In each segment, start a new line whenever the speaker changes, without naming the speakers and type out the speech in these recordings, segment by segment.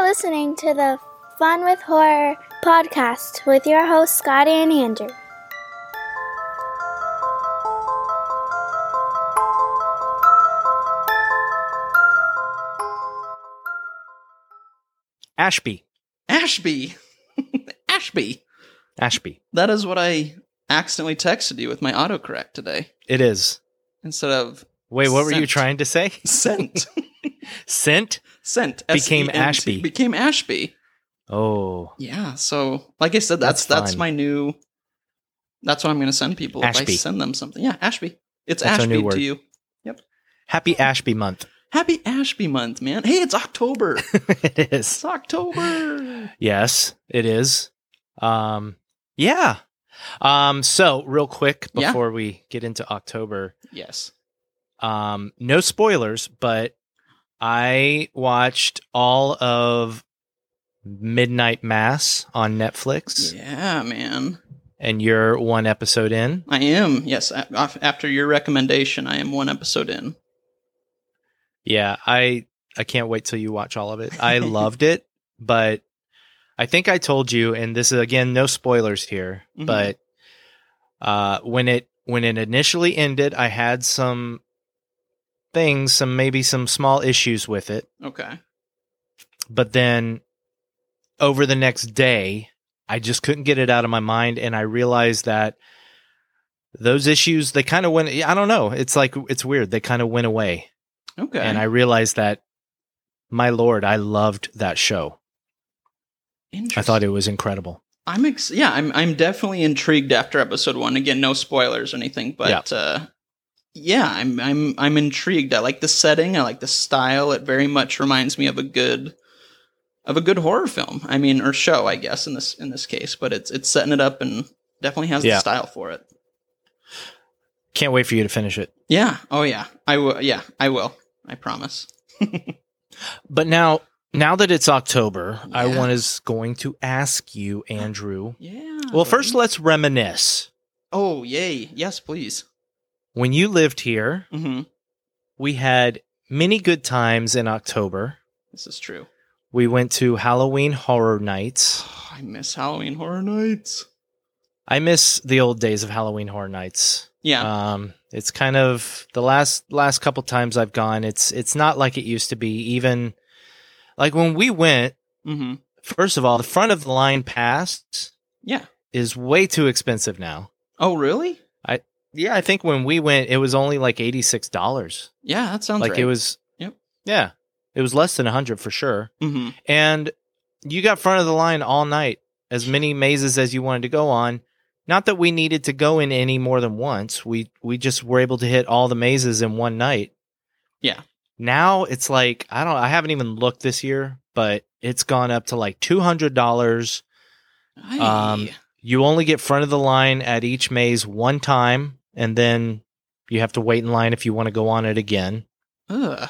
listening to the Fun with Horror podcast with your hosts, Scotty and Andrew.
Ashby.
Ashby. Ashby.
Ashby.
That is what I accidentally texted you with my autocorrect today
It is.
instead of
Wait, what were you
Scent.
trying to say?
sent.
Scent?
sent
Became
S-E-N-T,
Ashby.
Became Ashby.
Oh,
Yeah. So, like I said, that's
That's
that's,
fun.
my new. That's what I'm going to send people if I
Ashby.
send them something. Yeah, Ashby. It's
That's our new
Ashby
word.
to you.
happy Ashby month.
Happy Ashby month, man. Hey, it's October.
it is.
it's October.
Yes, it is. Um, yeah. Um, so real quick
Yeah.
before we get into October,
Yes.
um, no spoilers, but I watched all of Midnight Mass on Netflix,
Yeah, man.
and you're one episode in.
I am. Yes. a- af- After your recommendation, I am one episode in.
Yeah, I I can't wait till you watch all of it. I loved it, but I think I told you, and this is again no spoilers here,
Mhm.
but uh, when it when it initially ended, I had some things, some maybe some small issues with it,
Okay.
but then over the next day, I just couldn't get it out of my mind, and I realized that those issues they kind of went. I don't know. It's like it's weird. They kind of went away
Okay.
and I realized that, my lord, I loved that show. I thought it was incredible.
I'm ex- yeah, I'm I'm definitely intrigued after episode one. Again, no spoilers or anything, but uh, yeah, I'm I'm I'm intrigued. I like the setting. I like the style. It very much reminds me of a good of a good horror film. I mean, or show, I guess in this in this case. But it's it's setting it up and definitely has
Yeah.
the style for it.
Can't wait for you to finish it.
Yeah. Oh yeah. I will. Yeah, I will. I promise.
But now, now that it's October, I
Yeah.
want is going to ask you, Andrew.
Yeah.
Well, first
buddy.
let's reminisce.
oh yay! Yes, please.
When you lived here,
hmm
we had many good times in October.
This is true.
We went to Halloween horror nights.
I miss Halloween Horror Nights.
I miss the old days of Halloween horror nights.
Yeah.
Um, it's kind of the last last couple times I've gone. It's it's not like it used to be. Even like when we went,
mm-hmm.
first of all, the front of the line pass
Yeah.
is way too expensive now.
Oh really?
Yeah, I think when we went, it was only like eighty six dollars.
Yeah, that sounds
Like
right.
it was.
Yep.
Yeah, it was less than a hundred for sure.
hmm
And you got front of the line all night, as many mazes as you wanted to go on. Not that we needed to go in any more than once. We we just were able to hit all the mazes in one night.
Yeah.
Now it's like I don't I haven't even looked this year, but it's gone up to like two hundred dollars. Um, You only get front of the line at each maze one time, and then you have to wait in line if you want to go on it again.
Ugh.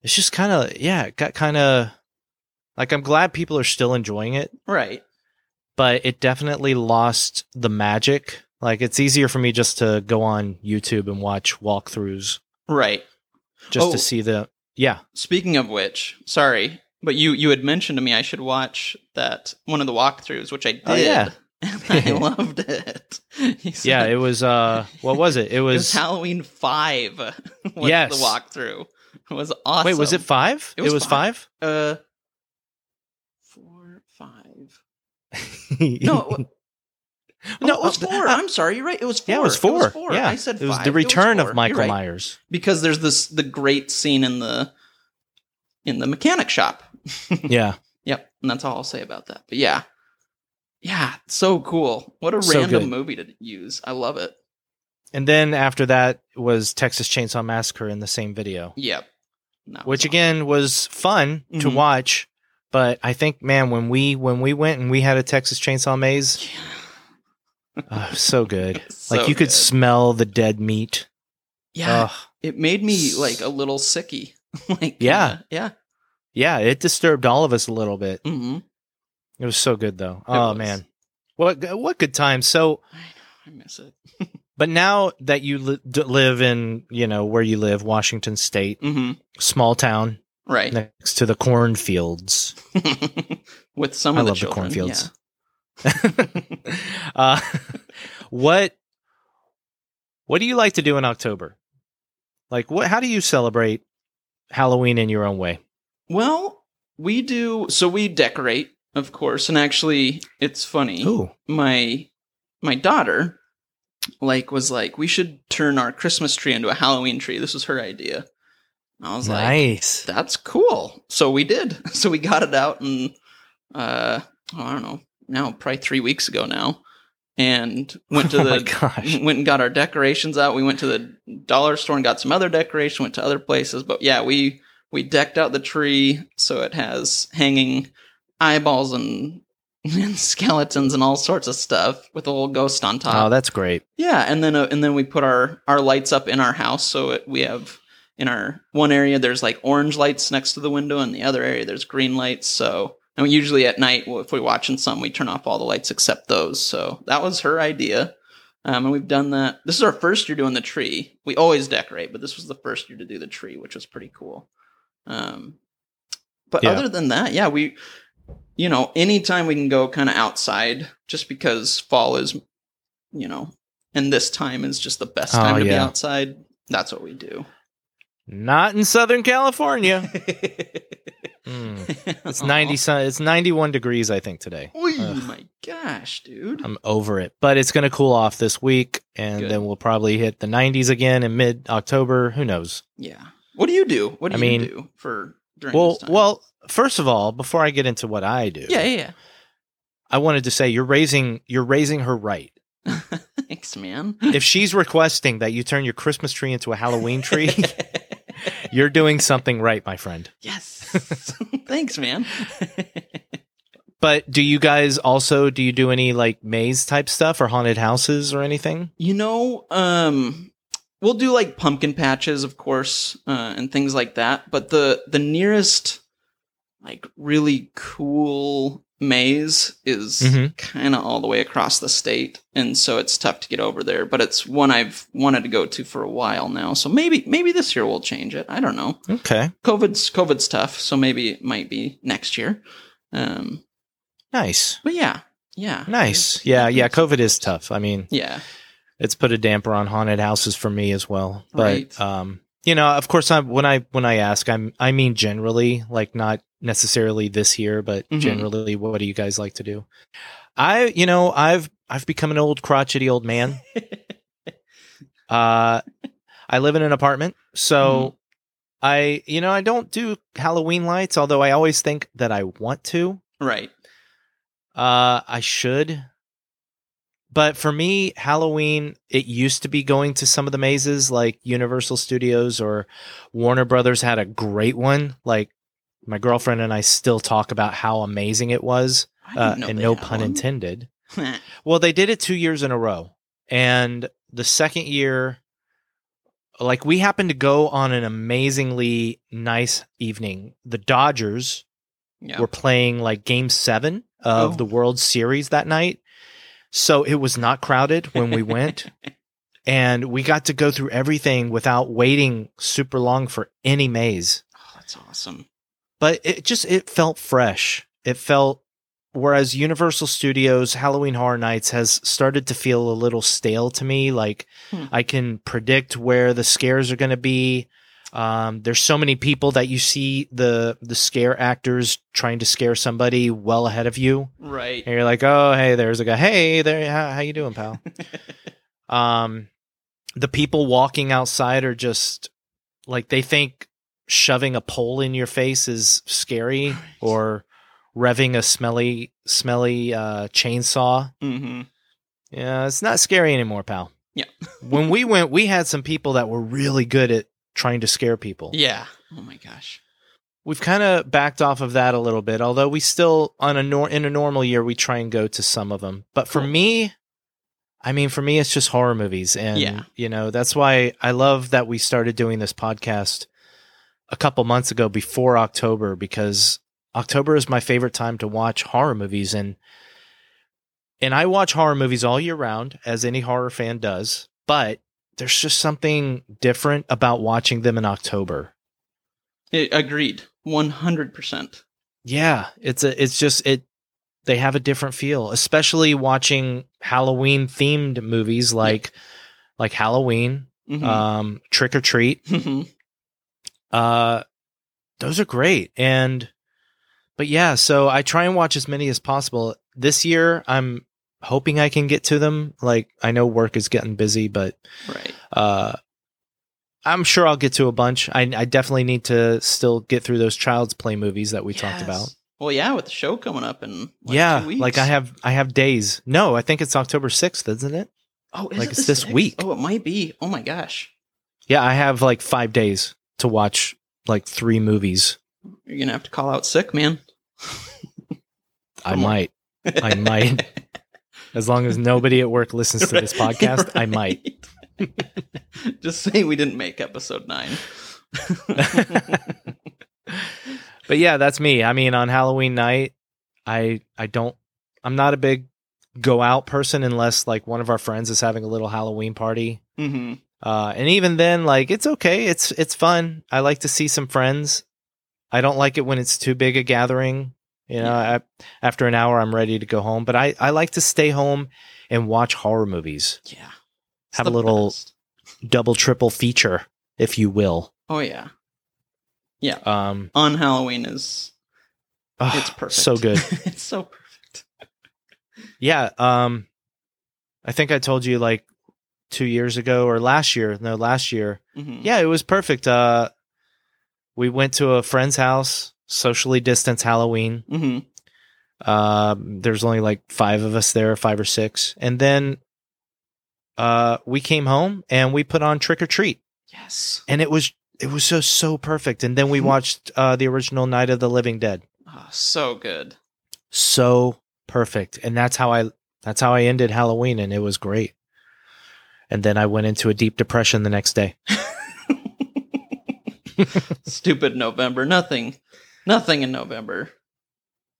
It's just kind of yeah, it got kind of like I'm glad people are still enjoying it.
Right.
but it definitely lost the magic. Like it's easier for me just to go on YouTube and watch walkthroughs
Right.
just
Oh.
to see the yeah.
Speaking of which, sorry, but you you had mentioned to me I should watch that one of the walkthroughs, which I did.
Oh, yeah.
And I loved it. You said-
Yeah, it was uh what was it? It
it
was,
Halloween five. Was
Yes.
the walkthrough it was awesome.
Wait, was it 5?
It
It
was
was,
five.
5?
Uh, four, five. No, it wa- no, it was
Oh,
four.
uh,
I'm sorry, you're right. It was four.
yeah, it was 4. Yeah.
I said
it was
five.
the return
four.
of
You're
Michael
right.
Myers.
because there's this the great scene in the in the mechanic shop.
Yeah.
Yep, and that's all I'll say about that. But yeah, yeah, so cool. What a
So
random
good.
movie to use. I love it.
And then after that was Texas Chainsaw Massacre in the same video,
Yep. No,
which
it's
again was fun to
Mhm.
watch, but I think man when we when we went and we had a Texas Chainsaw Maze,
awesome.
oh, so good.
So
Like you could
good.
smell the dead meat.
yeah,
Ugh.
it made me like a little sicky. like
Yeah.
uh, yeah.
Yeah, it disturbed all of us a little bit.
Mm-hmm.
It was so good though. oh
was.
man. What what good times. So,
I know. I miss it.
but now that you li- d- live in, you know, where you live, Washington state,
Mm-hmm.
small town,
Right.
next to the cornfields.
With some
I
of the
love the
children.
cornfields. uh, what What do you like to do in October? Like, what? How do you celebrate Halloween in your own way?
yeah. Well, we do so we decorate, of course, and actually it's funny.
Ooh,
my my daughter like was like we should turn our christmas tree into a halloween tree this was her idea and i was like
nice.
that's cool so we did so we got it out and uh oh, i don't know now probably three weeks ago now and went to
oh my
the
gosh,
went and got our decorations out we went to the dollar store and got some other decoration went to other places but yeah we we decked out the tree so it has hanging eyeballs and and skeletons and all sorts of stuff with a little ghost on top
oh, that's great.
yeah, and then uh, and then we put our our lights up in our house, so it, we have in our one area there's like orange lights next to the window, and the other area there's green lights. So and we usually at night, well, if we're watching something, we turn off all the lights except those. So that was her idea, um, and we've done that. This is our first year doing the tree. We always decorate, but this was the first year to do the tree, which was pretty cool. Um, but
Yeah.
other than that, yeah, we you know anytime we can go kind of outside, just because fall is you know and this time is just the best
Oh,
time to be
yeah.
outside. That's what we do.
Not in Southern California.
Hmm.
Mm. It's ninety. sun- It's ninety-one degrees. I think today.
Oh
Ugh.
my gosh, dude!
I'm over it, but it's going to cool off this week, and
Good.
then we'll probably hit the 90s again in mid-October. Who knows?
yeah. What do you do? What do
I
you
mean-
do for during?
Well,
this time?
well. First of all, before I get into what I do,
yeah, yeah.
I wanted to say you're raising you're raising her right.
yeah. Thanks, man.
If she's requesting that you turn your Christmas tree into a Halloween tree, you're doing something right, my friend.
yes. Thanks, man.
But do you guys also do you do any like maze type stuff or haunted houses or anything?
You know, um, we'll do like pumpkin patches, of course, uh, and things like that. But the the nearest, like, really cool maze is
Mhm.
kind of all the way across the state, and so it's tough to get over there. But it's one I've wanted to go to for a while now. So maybe maybe this year we'll change it. I don't know.
Okay.
COVID's COVID's tough, so maybe it might be next year. Um,
Nice.
but yeah, yeah,
Nice. Yeah, yeah, COVID is tough. I mean,
yeah,
it's put a damper on haunted houses for me as well. But
Right.
um, you know, of course, I when I when I ask, I'm I mean generally, like not necessarily this year, but
Mhm.
generally, what do you guys like to do? I, you know, I've I've become an old crotchety old man. uh, I live in an apartment, so. I you know I don't do Halloween lights although I always think that I want to.
right.
Uh, I should. But for me, Halloween, it used to be going to some of the mazes like Universal Studios or Warner Brothers had a great one. Like my girlfriend and I still talk about how amazing it was,
I didn't
uh,
know
and
they
no
had
pun
one.
intended. Well, they did it two years in a row. And the second year, like we happened to go on an amazingly nice evening. The Dodgers,
yeah.
were playing like game seven of
Oh.
the World Series that night. So it was not crowded when we went. and we got to go through everything without waiting super long for any maze.
Oh, that's awesome.
But it just it felt fresh. It felt whereas Universal Studios Halloween Horror Nights has started to feel a little stale to me. Like
Hmm.
I can predict where the scares are going to be. Um, there's so many people that you see the the scare actors trying to scare somebody well ahead of you,
Right.
and you're like, oh hey, there's a guy. Hey there, how, how you doing, pal? um, the people walking outside are just like they think shoving a pole in your face is scary
Right.
or revving a smelly smelly uh, chainsaw.
mm-hmm.
Yeah, it's not scary anymore, pal.
Yeah.
when we went, we had some people that were really good at trying to scare people.
Yeah. Oh my gosh.
We've kind of backed off of that a little bit, although we still on a nor- in a normal year we try and go to some of them. But for
Cool.
me, I mean, for me, it's just horror movies, and
Yeah.
you know that's why I love that we started doing this podcast a couple months ago before October because October is my favorite time to watch horror movies, and and I watch horror movies all year round, as any horror fan does. But there's just something different about watching them in October.
It, agreed, one hundred percent.
Yeah, it's a it's just it they have a different feel, especially watching Halloween themed movies like like Halloween,
Mm-hmm.
um, Trick or Treat. Uh, those are great. And, but yeah, so I try and watch as many as possible. This year, I'm hoping I can get to them. Like, I know work is getting busy, but,
right.
uh, I'm sure I'll get to a bunch. I, I definitely need to still get through those child's play movies that we talked about.
Yes. Well, yeah, with the show coming up in like
yeah,
two weeks.
like I have I have days. No, I think it's October 6th, isn't it?
Oh, is
like,
it
it's
the
this
sixth?
week.
Oh, it might be. Oh my gosh,
Yeah, I have like 5 days to watch like 3 movies.
you're gonna have to call out sick, man.
I
Come on.
might I might. as long as nobody at work listens to this podcast, I might.
Right. Just say we didn't make episode nine.
But yeah, that's me. I mean, on Halloween night, I I don't I'm not a big go out person unless like one of our friends is having a little Halloween party.
hmm
Uh and even then like it's okay. It's it's fun. I like to see some friends. I don't like it when it's too big a gathering. You know, I, after an hour I'm ready to go home, but I I like to stay home and watch horror movies.
Yeah. It's
Have
the
a little
best.
double triple feature, if you will.
Oh yeah.
Um
On Halloween is
ah,
it's perfect.
So good.
it's so perfect.
Yeah. Um, I think I told you like two years ago or last year. No, last year.
Mhm.
Yeah, it was perfect. Uh, we went to a friend's house, socially distanced Halloween.
Mhm.
Um, there's only like five of us there, five or six, and then uh, we came home and we put on Trick or Treat,
Yes.
and it was it was so so perfect. And then we watched uh, the original Night of the Living Dead.
Oh, so good.
so perfect and that's how i that's how i ended halloween and it was great and then i went into a deep depression the next day
Stupid November. Nothing. Nothing in November.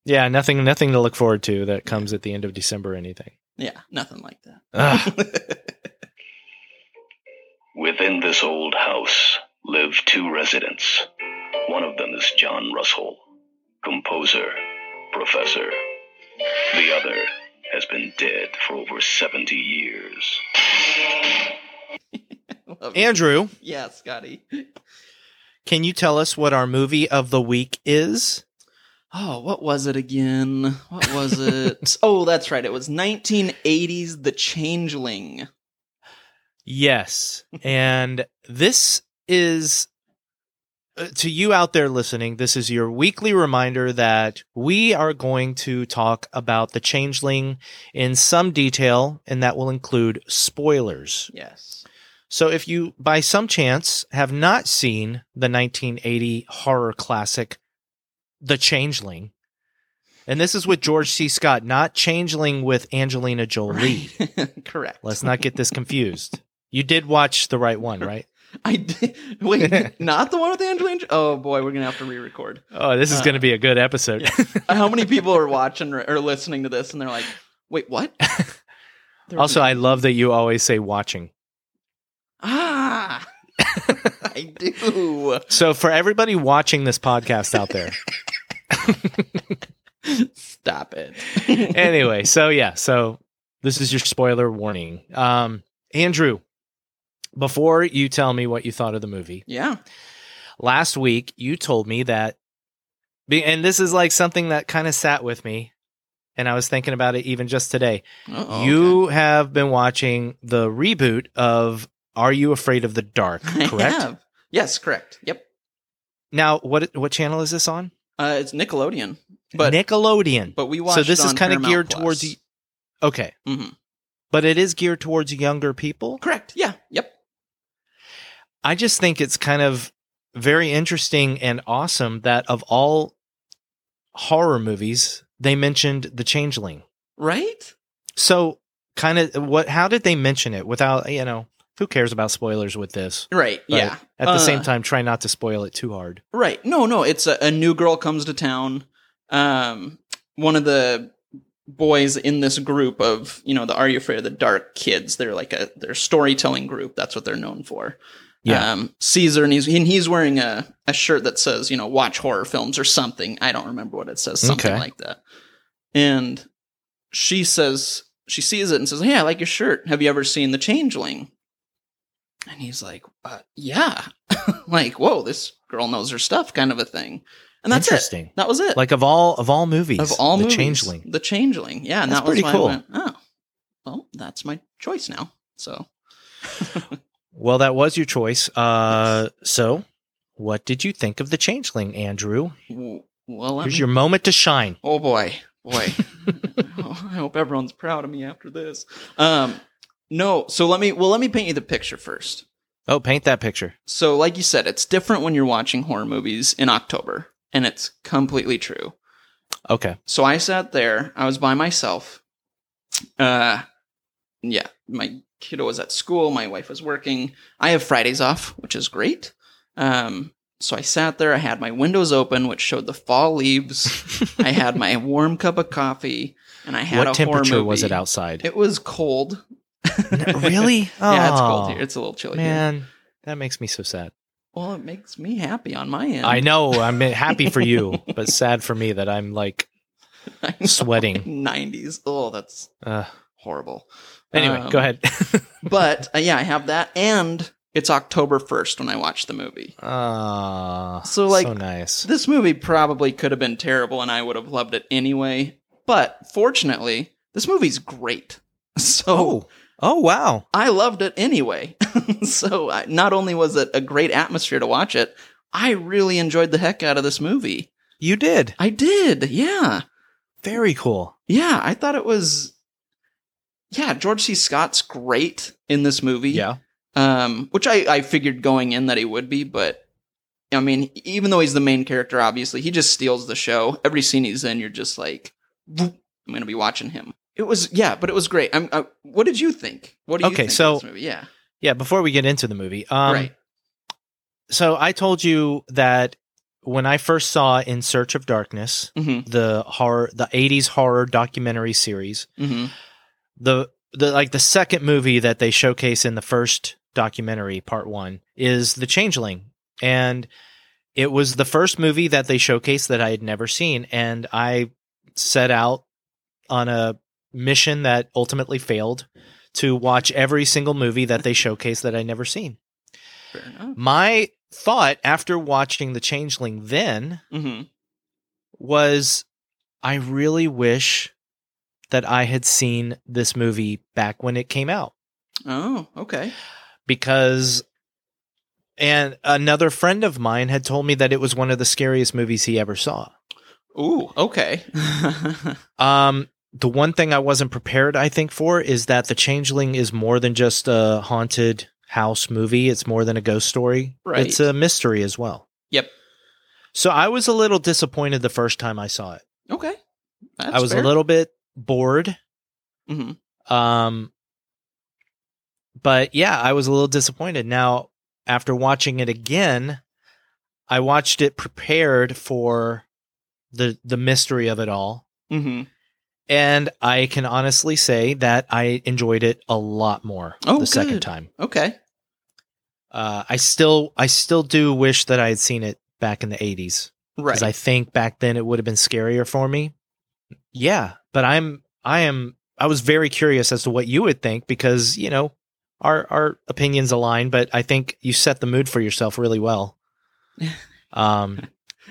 yeah nothing nothing to look forward to that comes at the end of december or anything
Yeah, nothing like that.
Ugh.
Within this old house live two residents. One of them is John Russell, composer, professor. The other has been dead for over 70 years.
Love it.
andrew
Yeah, Scotty.
can you tell us what our movie of the week is
Oh, what was it again? What was it? oh, that's right. It was 1980s The Changeling.
yes and this is uh, to you out there listening this is your weekly reminder that we are going to talk about the changeling in some detail and that will include spoilers
Yes.
So, if you by some chance have not seen the 1980 horror classic, The Changeling, and this is with George C. Scott, not Changeling with Angelina Jolie.
Correct.
Let's not get this confused. You did watch the right one, right?
I did. Wait, not the one with Angelina? Jo- Oh, boy, we're going to have to re record.
Oh, this is
Uh,
going to be a good episode.
How many people are watching or or listening to this and they're like, wait, what? There was
also, I love that you always say watching.
Ah, I do.
So, for everybody watching this podcast out there,
Stop it.
anyway, so yeah, so this is your spoiler warning. Um, Andrew, before you tell me what you thought of the movie,
yeah.
last week you told me that, be- and this is like something that kind of sat with me, and I was thinking about it even just today.
Uh-oh,
you have been watching the reboot of Are You Afraid of the Dark,
okay. I
correct?
have. Yes, correct. Yep.
Now, what what channel is this on?
Uh, it's Nickelodeon, but
Nickelodeon.
but we watched.
so this
it
is
on
kind of
Paramount
geared
Plus.
towards y- okay,
Mhm.
but it is geared towards younger people.
Correct. Yeah. Yep.
I just think it's kind of very interesting and awesome that of all horror movies, they mentioned The Changeling.
Right.
So, kind of what how did they mention it without, you know, who cares about spoilers with this?
Right.
But
yeah.
At the
Uh,
same time, try not to spoil it too hard.
Right. No. No. It's a, a new girl comes to town. Um, one of the boys in this group of you know the Are You Afraid of the Dark kids. They're like a their storytelling group. That's what they're known for.
Yeah.
um, Caesar, and he's and he's wearing a, a shirt that says, you know, watch horror films or something. I don't remember what it says, something
Okay.
like that. And she says she sees it and says, "Hey, I like your shirt. Have you ever seen The Changeling?" And he's like, uh, "Yeah." like, whoa, this girl knows her stuff, kind of a thing. And that's it.
Interesting.
That was it.
Like of all of all movies,
of all
the
movies,
Changeling.
The Changeling. Yeah, and
That's
that was
pretty
why
cool.
I went, oh, well, that's my choice now. So
Well, that was your choice. Uh, so, what did you think of the Changeling, Andrew?
w- well,
Here's
I'm-
your moment to shine.
Oh boy, boy. Oh, I hope everyone's proud of me after this. Um, no, so let me well let me paint you the picture first.
Oh, paint that picture.
So, like you said, it's different when you're watching horror movies in October, and it's completely true.
Okay.
So I sat there. I was by myself. Uh, yeah, my kiddo was at school. My wife was working. I have Fridays off, which is great. Um, so I sat there. I had my windows open, which showed the fall leaves. I had my warm cup of coffee, and I had
what
a horror
temperature was
movie.
it outside?
It was cold.
really? Oh,
yeah, it's cold here. It's a little chilly. Here.
man, that makes me so sad.
Well, it makes me happy on my end.
I know. I'm happy for you, but sad for me that I'm like
I know.
sweating.
90s. Oh, that's
Uh,
horrible.
anyway,
Um,
go ahead.
but uh, yeah, I have that, and it's October first when I watch the movie.
Ah,
So, like,
so nice.
This movie probably could have been terrible, and I would have loved it anyway. But fortunately, this movie's great, so
Oh, oh wow.
I loved it anyway. so I, not only was it a great atmosphere to watch it, I really enjoyed the heck out of this movie.
You did.
I did, yeah,
Very cool.
yeah. I thought it was, yeah. George C. Scott's great in this movie.
Yeah.
um, which I, I figured going in that he would be, but I mean, even though he's the main character, obviously, he just steals the show. Every scene he's in, you're just like, "Boop, I'm going to be watching him. It was, yeah, but it was great. I'm, I, what did you think? What do you
Okay,
think
so-
of this movie? Yeah,
Yeah, before we get into the movie. Um
right.
so I told you that when I first saw In Search of Darkness,
Mm-hmm,
the horror the 80s horror documentary series,
hmm
the the like the second movie that they showcase in the first documentary part 1 is The Changeling and it was the first movie that they showcased that I had never seen and I set out on a mission that ultimately failed to watch every single movie that they showcased that I never seen.
Fair enough.
My thought after watching The Changeling then
hmm
was I really wish that I had seen this movie back when it came out
Oh, okay.
because and another friend of mine had told me that it was one of the scariest movies he ever saw.
Ooh, okay.
Um the one thing I wasn't prepared I think for is that The Changeling is more than just a haunted house movie, it's more than a ghost story.
Right.
It's a mystery as well.
Yep.
So I was a little disappointed the first time I saw it.
okay. That's
I was
fair.
a little bit bored.
Mhm.
Um, but yeah, I was a little disappointed. Now, after watching it again, I watched it prepared for the the mystery of it all,
Mhm.
and I can honestly say that I enjoyed it a lot more
Oh,
the
good.
second time.
Okay.
Uh, I still I still do wish that I had seen it back in the eighties
Right.
because I think back then it would have been scarier for me. Yeah, but I'm I am I was very curious as to what you would think because you know our our opinions align, but I think you set the mood for yourself really well. Um.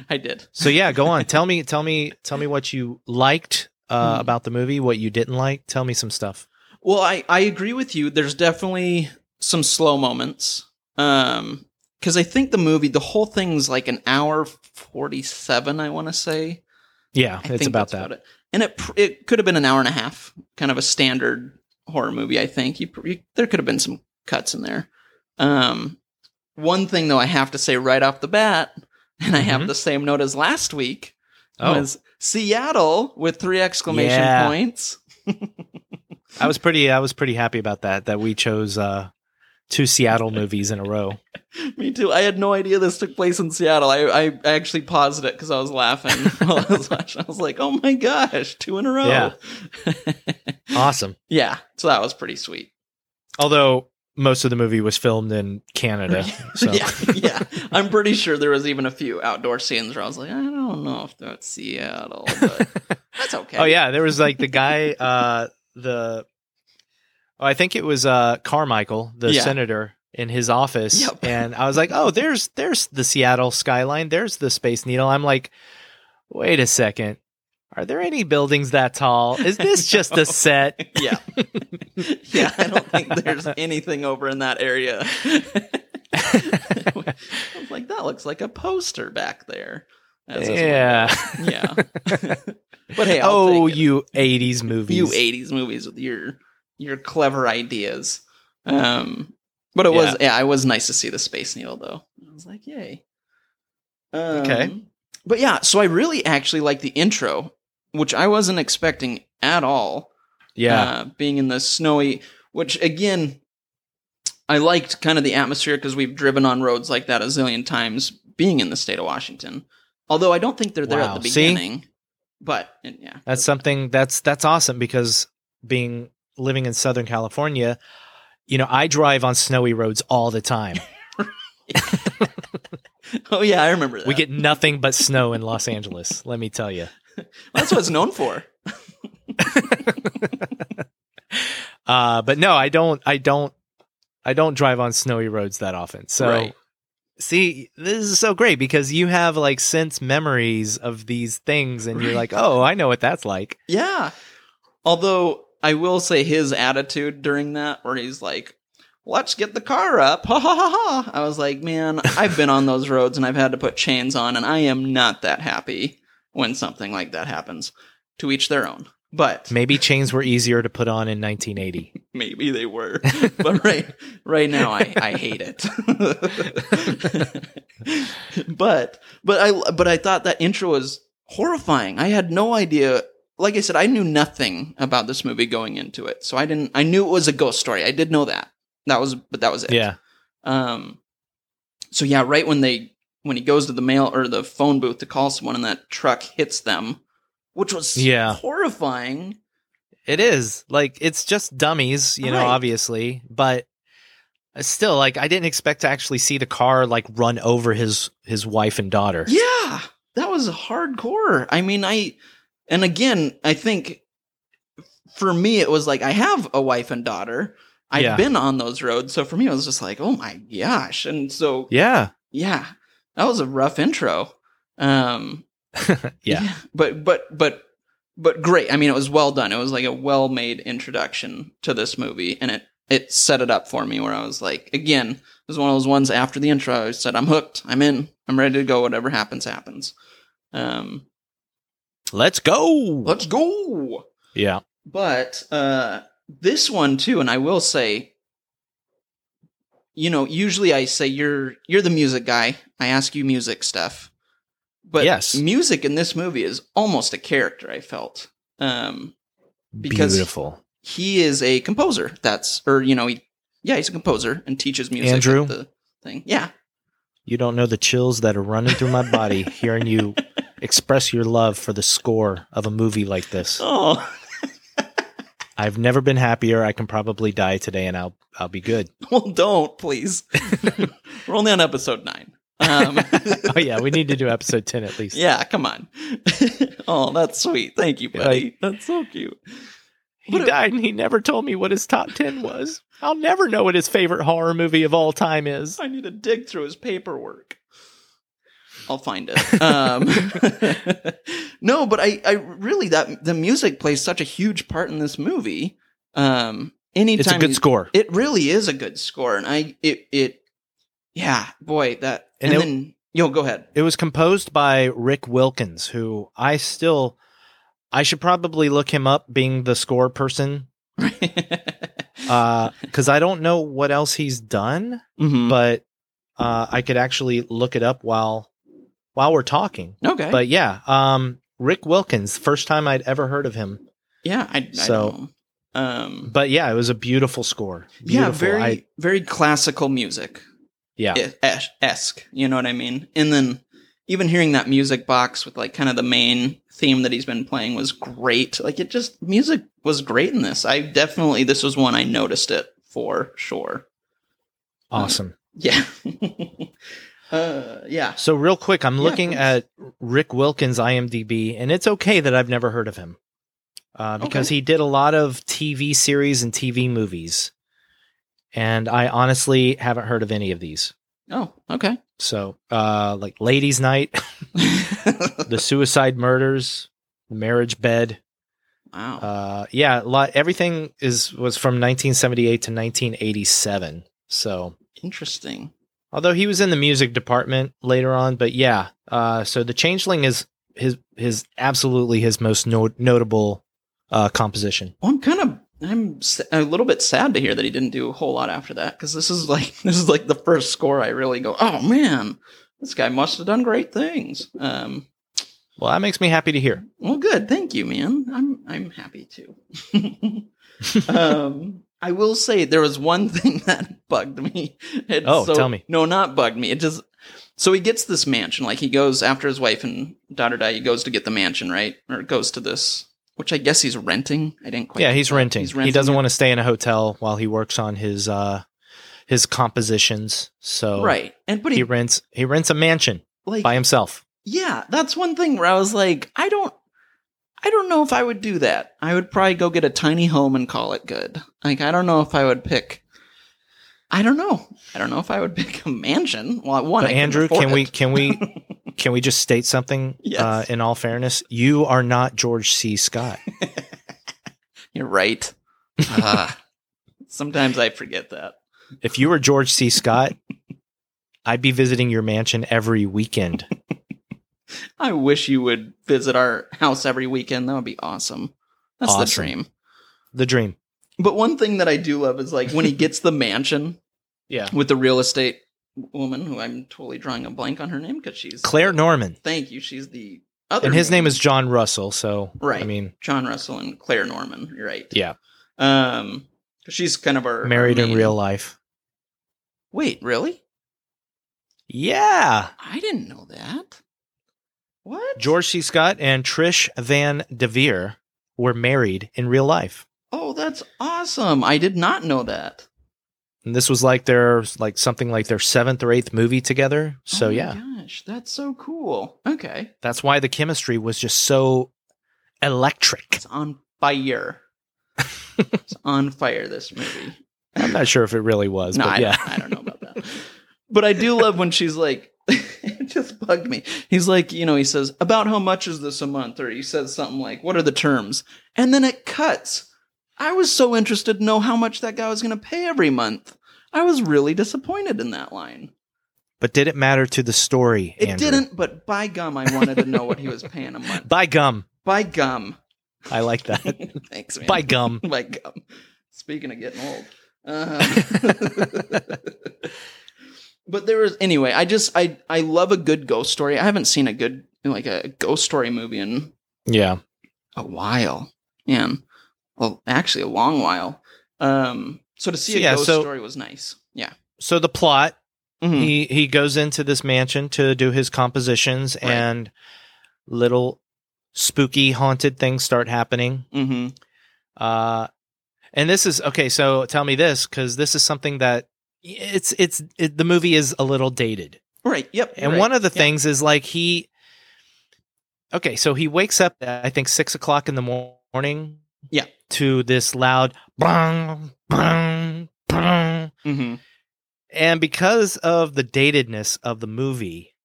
I did.
So yeah, go on. Tell me, tell me, tell me what you liked uh,
Hmm.
about the movie. What you didn't like. Tell me some stuff.
Well, I, I agree with you. There's definitely some slow moments. Um, because I think the movie, the whole thing's like an hour forty-seven. I want to say.
Yeah,
I
it's
think
about
that's
that.
it. And it pr- it could have been an hour and a half, kind of a standard horror movie. I think you, pr- you there could have been some cuts in there. Um, one thing though, I have to say right off the bat, and I have
Mhm.
the same note as last week
Oh,
was Seattle with three exclamation
Yeah.
points.
I was pretty. I was pretty happy about that. That we chose uh, two Seattle movies in a row.
Me too. I had no idea this took place in Seattle. I, I I actually paused it because I was laughing while I was watching. I was like, oh my gosh, two in a row. Yeah.
Awesome.
So that was pretty sweet.
Although most of the movie was filmed in Canada. So
yeah, yeah. I'm pretty sure there was even a few outdoor scenes where I was like, I don't know if that's Seattle, but that's okay.
Oh yeah, there was like the guy, uh, the oh, I think it was uh, Carmichael, the
Yeah.
senator, in his office,
Yep.
and I was like, oh, there's there's the Seattle skyline, there's the Space Needle. I'm like, wait a second, are there any buildings that tall? Is this just
No.
a set?
Yeah. yeah, I don't think there's anything over in that area. I was like, that looks like a poster back there. As is-
yeah.
Yeah. but hey, I'll
oh,
take it.
you '80s movies.
you 80s movies with your your clever ideas. Um but it was yeah, it was nice to see the Space Needle though. I was like, yay. Um,
Okay.
But yeah, so I really actually like the intro, which I wasn't expecting at all
Yeah.
uh, being in the snowy which again i liked kind of the atmosphere because we've driven on roads like that a zillion times being in the state of washington although i don't think they're there
Wow,
at the
see?
beginning but and yeah
That's something that's that's awesome because being living in Southern California, you know, I drive on snowy roads all the time.
oh yeah i remember that
We get nothing but snow in Los Angeles, let me tell you.
that's what it's known for
Uh but no, I don't I don't I don't drive on snowy roads that often. So
Right.
see, this is so great because you have like sense memories of these things and you're like, "Oh, I know what that's like."
Yeah. Although I will say his attitude during that, where he's like, "Let's get the car up!" Ha ha ha ha! I was like, "Man, I've been on those roads and I've had to put chains on, and I am not that happy when something like that happens." To each their own. But
Maybe chains were easier to put on in 1980.
maybe they were. but right right now I, I hate it. but but I but I thought that intro was horrifying. I had no idea like I said, I knew nothing about this movie going into it. So I didn't I knew it was a ghost story. I did know that. That was but that was it.
Yeah.
Um so yeah, right when they when he goes to the mail or the phone booth to call someone and that truck hits them, which was
Yeah.
horrifying.
It is like it's just dummies, you know,
Right.
obviously, but uh, still, like I didn't expect to actually see the car like run over his his wife and daughter.
Yeah, that was hardcore. I mean, I and again, I think for me it was like I have a wife and daughter. I've
Yeah.
been on those roads, so for me it was just like, oh my gosh. And so
Yeah,
yeah, that was a rough intro. Um
yeah,
But but but but great. I mean, it was well done. It was like a well-made introduction to this movie and it it set it up for me where I was like, again, it was one of those ones after the intro I said I'm hooked. I'm in. I'm ready to go whatever happens happens. Um
Let's go.
let's go.
yeah,
But uh, this one too, and I will say, you know, usually I say you're you're the music guy. I ask you music stuff, but
Yes.
music in this movie is almost a character. I felt um, Because-
beautiful.
he is a composer. That's or you know he yeah he's a composer and teaches music. at
Andrew?
the thing yeah
You don't know the chills that are running through my body hearing you express your love for the score of a movie like this.
oh
I've never been happier. I can probably die today, and I'll I'll be good.
well don't please we're only on episode nine. Um,
Oh yeah, we need to do episode ten at least.
Yeah, come on. oh, that's sweet. Thank you, buddy. that's so cute.
He died and he never told me what his top 10 was. I'll never know what his favorite horror movie of all time is.
I need to dig through his paperwork. I'll find it. Um, no, but I, I really that the music plays such a huge part in this movie. Um, anytime
It's a good
you-
score.
It really is a good score, and I it it yeah boy that and,
And it-
then yo go ahead
It was composed by Rick Wilkins, who I still I should probably look him up being the score person uh cuz I don't know what else he's done,
Mhm.
but uh I could actually look it up while while we're talking.
okay
But yeah, um Rick Wilkins, first time I'd ever heard of him.
yeah I, I
So-
don't know. um
But yeah, it was a beautiful score.
yeah
Beautiful.
very
I-
very classical music e-,
yeah.
es- esque. You know what I mean? And then even hearing that music box with like kind of the main theme that he's been playing was great. Like it just music was great in this. I definitely this was one I noticed it for sure.
Awesome.
Yeah. uh, yeah.
So real quick, I'm
Yeah,
looking
please.
at Rick Wilkins' IMDb, and it's okay that I've never heard of him uh, because he did a lot of TV series and TV movies, and I honestly haven't heard of any of these.
Oh, okay.
So, uh, like Ladies' Night, The Suicide Murders, The Marriage Bed,
wow.
uh, yeah, a lot, everything is was from 1978 to 1987. So,
Interesting.
although he was in the music department later on but yeah uh, so the changeling is his his absolutely his most no- notable uh, composition
Well, I'm kind of I'm s- a little bit sad to hear that he didn't do a whole lot after that because this is like this is like the first score I really go, oh man, this guy must have done great things. Um,
well that makes me happy to hear
well, good, thank you, man. I'm I'm happy too. um, I will say there was one thing that bugged me. It's
Oh, tell me.
No, not bugged me. It just so he gets this mansion. Like he goes after his wife and daughter die. He goes to get the mansion, right? Or goes to this, which I guess he's renting. I didn't quite.
yeah he's renting.
He's renting
he doesn't
it.
want to stay in a hotel while he works on his uh his compositions so
right. And but
he
he
rents he rents a mansion
like
by himself
yeah that's one thing where i was like i don't i don't know if i would do that i would probably go get a tiny home and call it good like i don't know if i would pick i don't know i don't know if i would pick a mansion well one
but
I couldn't
andrew
afford
can we
it.
can we can we just state something
Yes.
uh, in all fairness you are not george c scott
you're right Ah, sometimes i forget that
If you were George C. Scott, I'd be visiting your mansion every weekend.
i wish you would visit our house every weekend that would be awesome that's the
Awesome.
dream
The dream.
but one thing that i do love is like when he gets the mansion
Yeah.
with the real estate woman who i'm totally drawing a blank on her name because she's
Claire Norman.
Thank you. She's the other.
And his name
woman.
is John Russell. So,
Right.
I mean,
John Russell and Claire Norman. You're right.
yeah,
Um, 'cause she's kind of our
married
our
in
main-
real life.
Wait, really?
Yeah.
I didn't know that. What?
George C. Scott and Trish Van DeVere were married in real life.
Oh, that's awesome. I did not know that.
And this was like their, like something like their seventh or eighth movie together. So,
Oh my
yeah,
Gosh, that's so cool. Okay,
that's why the chemistry was just so electric.
it's on fire. it's on fire. This movie.
I'm not sure if it really was,
No,
but
I,
yeah.
I don't know about that. But I do love when she's like, it just bugged me. He's like, you know, he says, about how much is this a month? Or he says something like, what are the terms? And then it cuts. I was so interested to know how much that guy was going to pay every month. I was really disappointed in that line.
But did it matter to the story?
It
Andrew?
didn't, but by gum, I wanted to know what he was paying a month.
By gum.
By gum.
I like that.
Thanks, man.
By gum.
by gum. Speaking of getting old. Uh, but there was anyway, I just I I love a good ghost story. I haven't seen a good like a ghost story movie in
Yeah.
a while. Man. Well, actually a long while. Um so to see a
Yeah,
ghost
so- Mm-hmm.
story was nice. Yeah.
So the plot,
Mhm.
he he goes into this mansion to do his compositions
Right.
and little spooky haunted things start happening.
Mhm.
Uh and this is okay, so tell me this cuz this is something that it's it's it, the movie is a little dated.
Right. Yep.
And
right.
one of the
Yeah.
things is like he Okay, so he wakes up at I think six o'clock in the mor- morning.
Yeah.
To this loud bang, bang, bang.
Mhm.
And because of the datedness of the movie,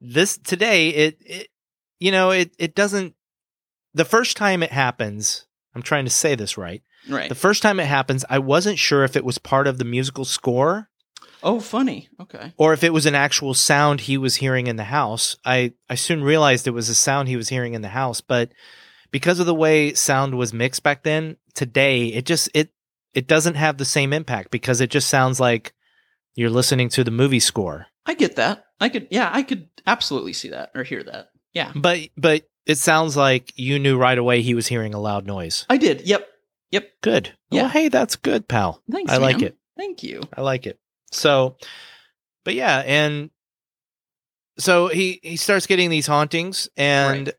this today it, it you know it it doesn't the first time it happens, I'm trying to say this right.
Right.
The first time it happens, I wasn't sure if it was part of the musical score
oh, funny. Okay.
or if it was an actual sound he was hearing in the house. I I soon realized it was a sound he was hearing in the house, but because of the way sound was mixed back then, today it just it it doesn't have the same impact because it just sounds like you're listening to the movie score.
I get that. I could yeah, I could absolutely see that or hear that. Yeah.
But but it sounds like you knew right away he was hearing a loud noise.
I did. Yep.
Good.
Yeah.
Well, hey, that's good, pal.
Thanks.
I like
ma'am.
it.
Thank you.
I like it. So, but yeah, and so he he starts getting these hauntings, and
Right.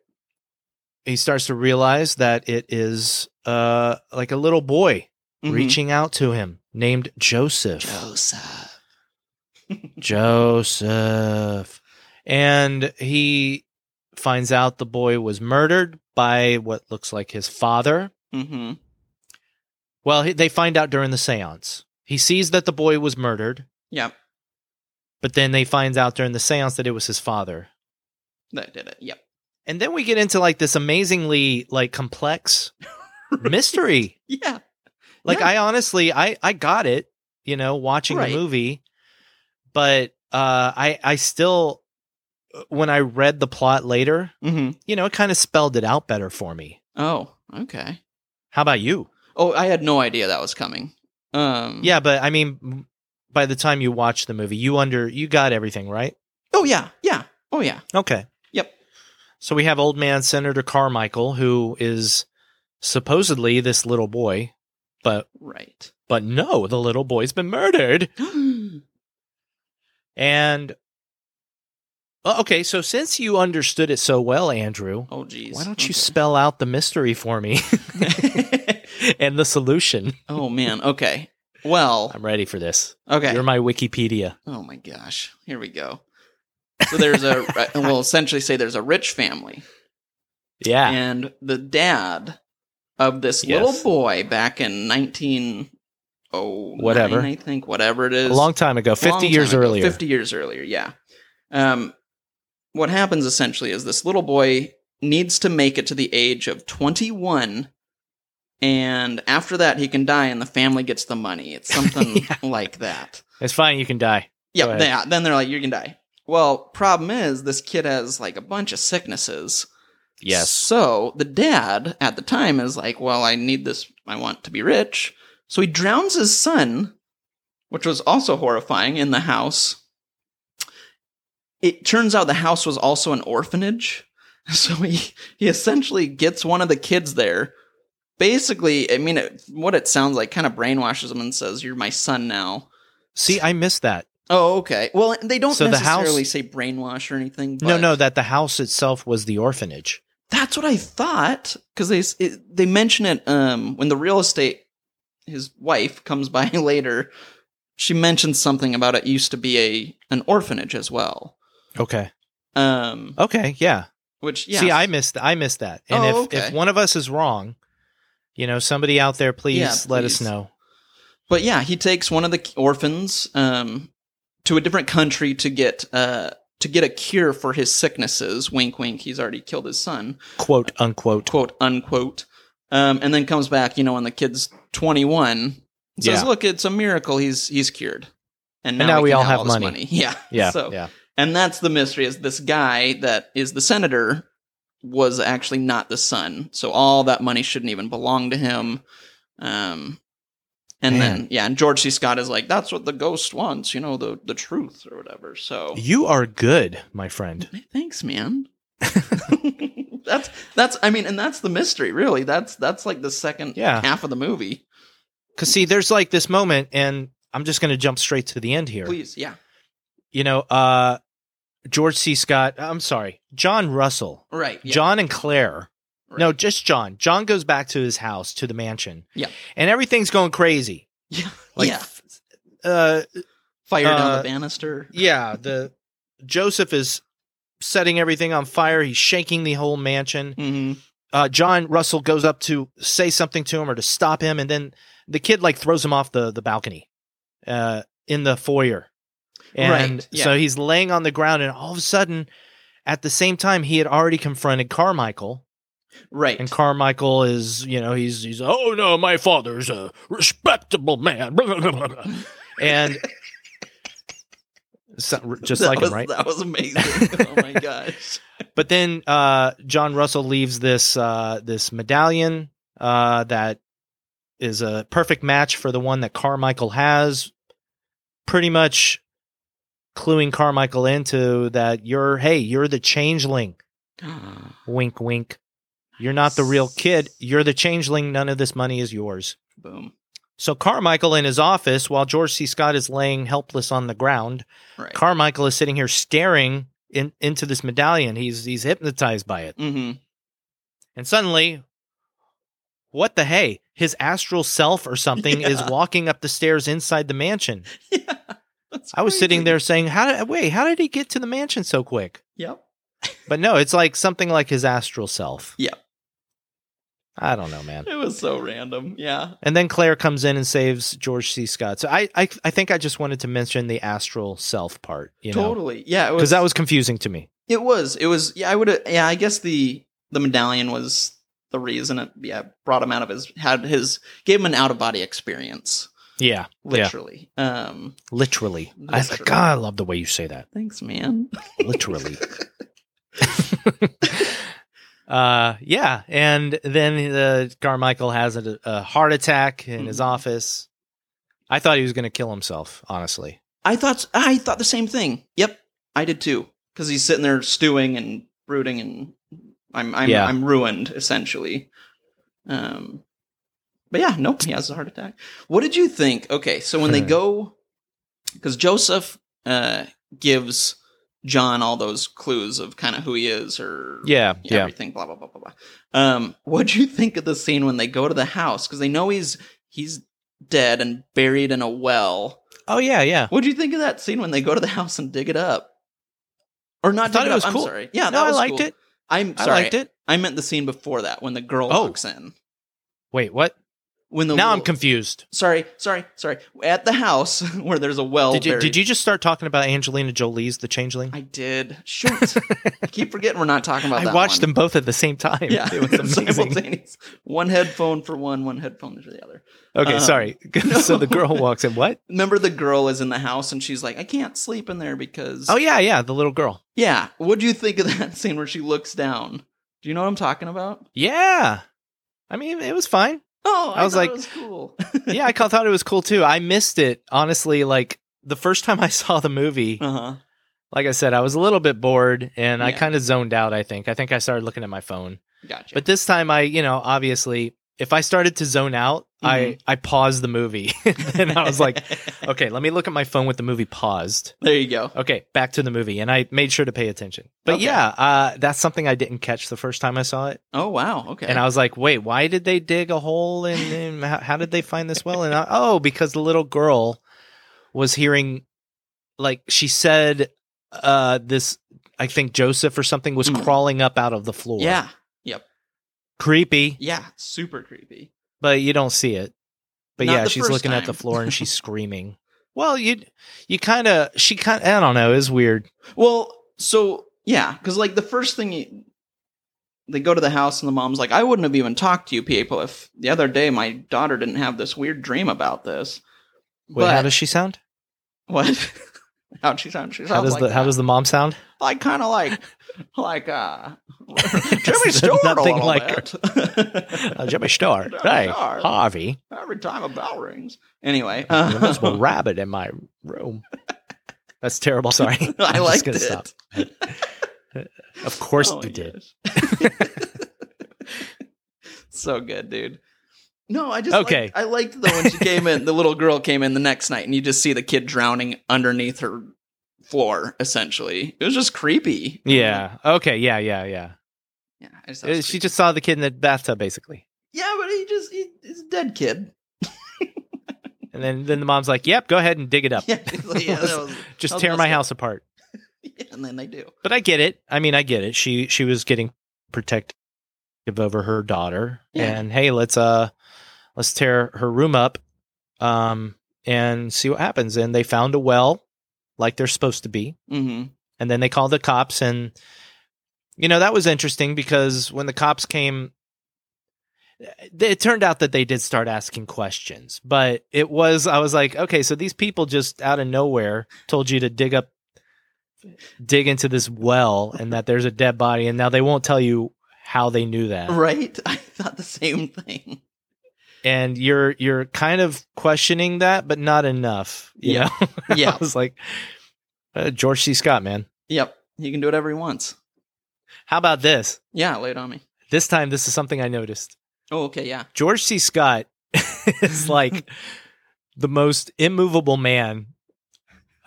he starts to realize that it is uh like a little boy
Mhm. Oh.
reaching out to him named Joseph.
Mm-hmm. Joseph.
Joseph. And he finds out the boy was murdered by what looks like his father.
Mm-hmm.
Well, he- they find out during the seance. He sees that the boy was murdered,
Yeah,
but then they finds out during the seance that it was his father.
that did it. Yep.
And then we get into like this amazingly like complex mystery.
Yeah.
Like
Yeah.
I honestly I I got it, you know, watching
Right.
the movie, but uh I I still uh, when I read the plot later,
Mm-hmm.
you know, it kind of spelled it out better for me.
Oh, okay.
How about you?
Oh, I had no idea that was coming. Um.
Yeah, but I mean by the time you watch the movie, you under you got everything, right?
Oh yeah. Yeah. Oh yeah.
Okay.
Yep.
So we have old man Senator Carmichael who is supposedly this little boy, but
Right.
but no, the little boy's been murdered.
yeah.
And well, okay, so since you understood it so well, Andrew,
Oh geez.
why don't you
Okay.
spell out the mystery for me and the solution?
oh man. Okay. Well.
I'm ready for this.
Okay.
You're my Wikipedia.
Oh my gosh. Here we go. So there's a we'll essentially say there's a rich family
Yeah.
and the dad of this
Yes.
little boy back in 19
Whatever.
I think whatever it is.
a long time ago, 50
long time
years
ago,
earlier.
50 years earlier, yeah. Um, what happens essentially is this little boy needs to make it to the age of 21, and after that, he can die, and the family gets the money. It's something
Yeah.
like that.
It's fine, you can die. Go
Yeah,
ahead.
yeah. Then they're like, you can die. Well, problem is, this kid has like a bunch of sicknesses.
Yes.
So the dad at the time is like, well, I need this. I want to be rich. So he drowns his son, which was also horrifying, in the house. It turns out the house was also an orphanage. So he, he essentially gets one of the kids there. Basically, I mean, it, what it sounds like kind of brainwashes him and says, You're my son now.
See, I missed that.
Oh, okay. Well, they don't
So the house-
necessarily say brainwash or anything. But
No, no, that the house itself was the orphanage.
That's what I thought because they s- it, they mention it um when the real estate his wife comes by later. She mentions something about it used to be a an orphanage as well.
Okay.
Um,
Okay, yeah.
which yeah,
Oh, See, I missed I missed that. And
Oh,
if
okay.
if one of us is wrong, you know, somebody out there please,
Yeah,
let us
please.
know.
but yeah, he takes one of the k- orphans um to a different country to get uh to get a cure for his sicknesses. Wink, wink. He's already killed his son.
Quote unquote.
quote unquote, um, and then comes back, you know, when the kid's 21, and says,
Yeah.
"Look, it's a miracle. He's he's cured." And
now we
can
all have
this
money.
Yeah,
Yeah.
So,
yeah.
and that's the mystery: is this guy that is the senator was actually not the son, so all that money shouldn't even belong to him. Um, and
Man.
then yeah, and George C. Scott is like, "That's what the ghost wants," you know, the the truth or whatever. So
You are good, my friend.
Thanks, man. that's that's I mean, and that's the mystery, really. That's that's like the second
Yeah.
half of the movie.
Cause see, there's like this moment, and I'm just gonna jump straight to the end here.
Please, yeah.
You know, uh George C. Scott, I'm sorry, John Russell,
Right. Yeah.
John and Claire.
Right.
No, just John. John goes back to his house, to the mansion.
Yeah.
And everything's going crazy.
Yeah.
Like
yeah.
uh
Fire down
uh,
the banister.
yeah, the Joseph is setting everything on fire. He's shaking the whole mansion.
Mhm.
Uh, John Russell goes up to say something to him or to stop him, and then the kid like throws him off the the balcony uh, in the foyer, and
Right, yeah.
so he's laying on the ground, and all of a sudden. At the same time, he had already confronted Carmichael,
Right.
and Carmichael is, you know, he's he's oh no, my father's a respectable man, and so- just
That
like
was,
him, right?
That was amazing. oh my gosh.
But then uh, John Russell leaves this uh, this medallion uh, that is a perfect match for the one that Carmichael has, pretty much cluing Carmichael into that you're hey you're the changeling. Wink, wink. You're not the real kid. You're the changeling. None of this money is yours.
Boom.
So Carmichael in his office, while George C. Scott is laying helpless on the ground,
Right.
Carmichael is sitting here staring in, into this medallion. He's he's hypnotized by it.
mm-hmm.
And suddenly, what the hey? His astral self or something is
Yeah.
walking up the stairs inside the mansion.
Yeah. That's
I was sitting
crazy.
there saying, "How did wait? How did he get to the mansion so quick?"
Yep.
But no, it's like something like his astral self.
Yeah.
I don't know, man.
It was so random. Yeah.
And then Claire comes in and saves George C. Scott. So I, I, I think I just wanted to mention the astral self part, you know,
totally. Oh, Yeah. It
because that was confusing to me.
It was. It was. Yeah, I would. Yeah, I guess the the medallion was the reason. It yeah brought him out of his had his gave him an out of body experience.
Yeah, yeah,
Literally. Um.
literally. I was like,
Literally.
God, I love the way you say that.
Thanks, man.
Literally. uh, yeah, and then uh, Carmichael has a, a heart attack in his
Mhm.
office. I thought he was going to kill himself. Honestly,
I thought I thought the same thing. Yep, I did too. Because he's sitting there stewing and brooding, and I'm I'm
Yeah.
I'm ruined essentially. Um, but yeah, nope. He has a heart attack. What did you think? Okay, so when they
Hmm.
go, because Joseph uh gives John all those clues of kind of who he is or
yeah, yeah.
everything blah blah blah blah blah. Um, what do you think of the scene when they go to the house because they know he's he's dead and buried in a well?
Oh yeah, yeah.
What do you think of that scene when they go to the house and dig it up? Or not
I thought
dig it
it was
up,
cool.
I'm sorry. Yeah,
no,
that
I
was
liked
cool.
it.
I'm
I
sorry. I,
liked it.
meant the scene before that when the girl
Oh.
walks in.
Wait, what?
When the
now I'm
little-
confused.
Sorry, sorry, sorry. At the house where there's a well.
Did you
buried-
did you just start talking about Angelina Jolie's The Changeling?
I did. Shoot. I keep forgetting we're not talking about
I
that.
watched
one.
them both at the same time.
Yeah,
it was amazing.
simultaneous. One headphone for one, one headphone for the other.
Okay,
Um,
sorry. so the girl walks in. What?
Remember, the girl is in the house and she's like, "I can't sleep in there because."
Oh yeah, yeah. The little girl.
yeah. What do you think of that scene where she looks down? Do you know what I'm talking about?
Yeah. I mean, it was fine.
Oh,
I was
thought
like-
it was cool.
Yeah, I ca- thought it was cool too. I missed it honestly. Like the first time I saw the movie,
uh huh.
like I said, I was a little bit bored and I
Yeah.
kind of zoned out. I think. I think I started looking at my phone.
Gotcha.
But this time, I you know obviously, if I started to zone out,
Mm-hmm.
I I paused the movie and I was like, okay, let me look at my phone with the movie paused.
there you go.
Okay, back to the movie, and I made sure to pay attention. But
Okay.
yeah, uh, that's something I didn't catch the first time I saw it,
Oh wow. Okay.
and I was like, "Wait, why did they dig a hole? And, and how, how did they find this well?" And I, oh, because the little girl was hearing, like she said, uh, this I think Joseph or something was
Hmm.
crawling up out of the floor.
yeah.
creepy,
Yeah. Super creepy.
but you don't see it. But
Not
yeah,
the
she's
first
looking at the
time.
floor and she's screaming. Well, you you kind of she kind I don't know, it's weird.
Well, so yeah, because like the first thing you, they go to the house and the mom's like, "I wouldn't have even talked to you people if the other day my daughter didn't have this weird dream about this."
Wait, how does she sound?
what? How'd she sound? She sounds
How does
like
the how
that.
does the mom sound?
like kind of like like uh Jimmy
There's
Stewart a
nothing
little
like
bit.
Uh, Jimmy Star,
Jimmy
hey,
Starr.
Harvey,
Every time a bell rings. Anyway,
there's a
uh,
rabbit in my room. That's terrible. Sorry, I'm
I
just
liked
gonna
it.
stop. Of course
Oh,
you did.
yes. so good, dude. No, I just
Okay.
Liked, I liked though when she came in. The little girl came in the next night, and you just see the kid drowning underneath her floor. Essentially, it was just creepy.
Yeah. Okay. Yeah. Yeah. Yeah.
yeah. I just thought it
Uh,
was
She
creepy.
just saw the kid in the bathtub, basically,
yeah, but he just he, he's a dead kid.
and then then the mom's like, "Yep, go ahead and dig it up.
Yeah, yeah, that was-
just
was
tear my
messed up.
house apart."
yeah, and then they do.
But I get it. I mean, I get it. She she was getting protective over her daughter,
Yeah.
and hey, let's uh let's tear her room up, um, and see what happens. And they found a well, like they're supposed to be,
hmm
and then they called the cops, and you know that was interesting because when the cops came. It turned out that they did start asking questions, but it was I was like, okay, so these people just out of nowhere told you to dig up dig into this well and that there's a dead body and now they won't tell you how they knew that
Right? I thought the same thing.
and you're you're kind of questioning that but not enough you
Yeah.
know i
Yeah.
was like uh, george c scott man
yep. He can do whatever he wants.
how about this
Yeah, lay it on me.
this time this is something i noticed
Oh, okay. Yeah.
george c scott is like the most immovable man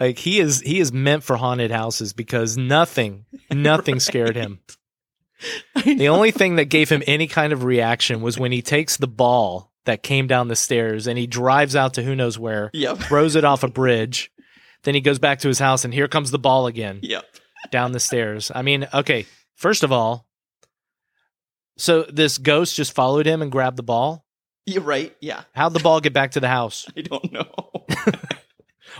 like he is he is meant for haunted houses because nothing nothing scared him The only thing that gave him any kind of reaction was when he takes the ball that came down the stairs and he drives out to who knows where,
Yep.
throws it off a bridge. Then he goes back to his house, and here comes the ball again
Yep.
down the stairs. I mean, okay, first of all, so this ghost just followed him and grabbed the ball.
You're right. Yeah.
How'd the ball get back to the house?
I don't know.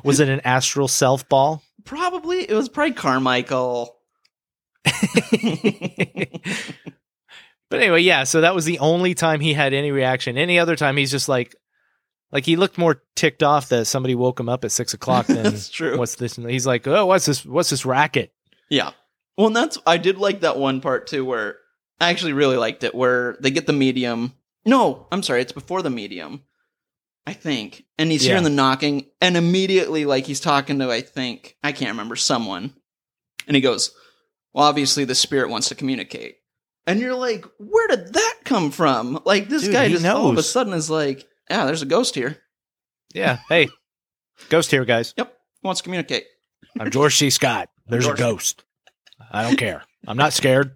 Was it an astral self ball?
probably it was probably Carmichael.
But anyway, yeah, so that was the only time he had any reaction. Any other time, he's just like, like he looked more ticked off that somebody woke him up at six o'clock than
That's true.
what's this. He's like, oh, what's this? What's this racket?
Yeah. Well, and that's I did like that one part too, where I actually really liked it, where they get the medium. No, I'm sorry, it's before the medium, I think. And he's hearing
Yeah.
the knocking, and immediately, like he's talking to, I think I can't remember someone, and he goes, "Well, obviously, the spirit wants to communicate." And you're like, "Where did that come from?" Like this
Dude,
guy
he
just all of a
knows.
sudden is like, "Yeah, there's a ghost here.
Yeah, hey, ghost here, guys.
Wants to communicate."
I'm George C. Scott. There's
George.
a ghost. I don't care. I'm not scared.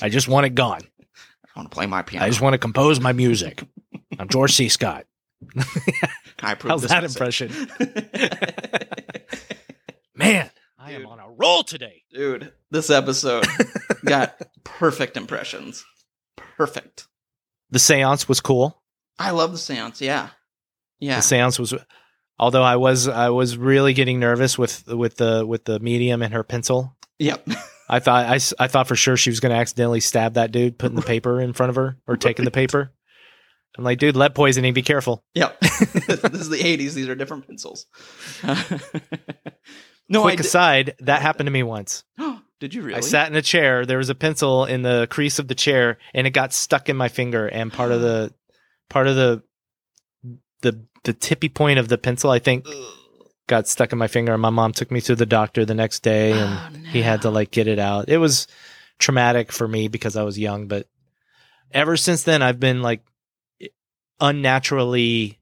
I just want it gone.
I want to play my piano.
I just want to compose my music. I'm George C. Scott.
I approve
How's
this
that
message.
impression? Man, I am
Dude.
on a roll today.
Dude, this episode got perfect impressions. Perfect.
The seance was cool.
I love the seance. Yeah. Yeah.
the seance was although i was i was really getting nervous with with the with the medium and her pencil
Yep.
i thought i, s- I thought for sure she was going to accidentally stab that dude putting the paper in front of her or taking the paper i'm like dude lead poisoning be careful
Yep. this is the 80s. These are different pencils. no,
quick
I did.
aside that happened to me once
did you really?
i sat in a chair there was a pencil in the crease of the chair and it got stuck in my finger and part of the part of the the the tippy point of the pencil i think
Ugh.
got stuck in my finger and my mom took me to the doctor the next day and
Oh,
he had to
no.
like get it out. It was traumatic for me because I was young, but ever since then I've been like unnaturally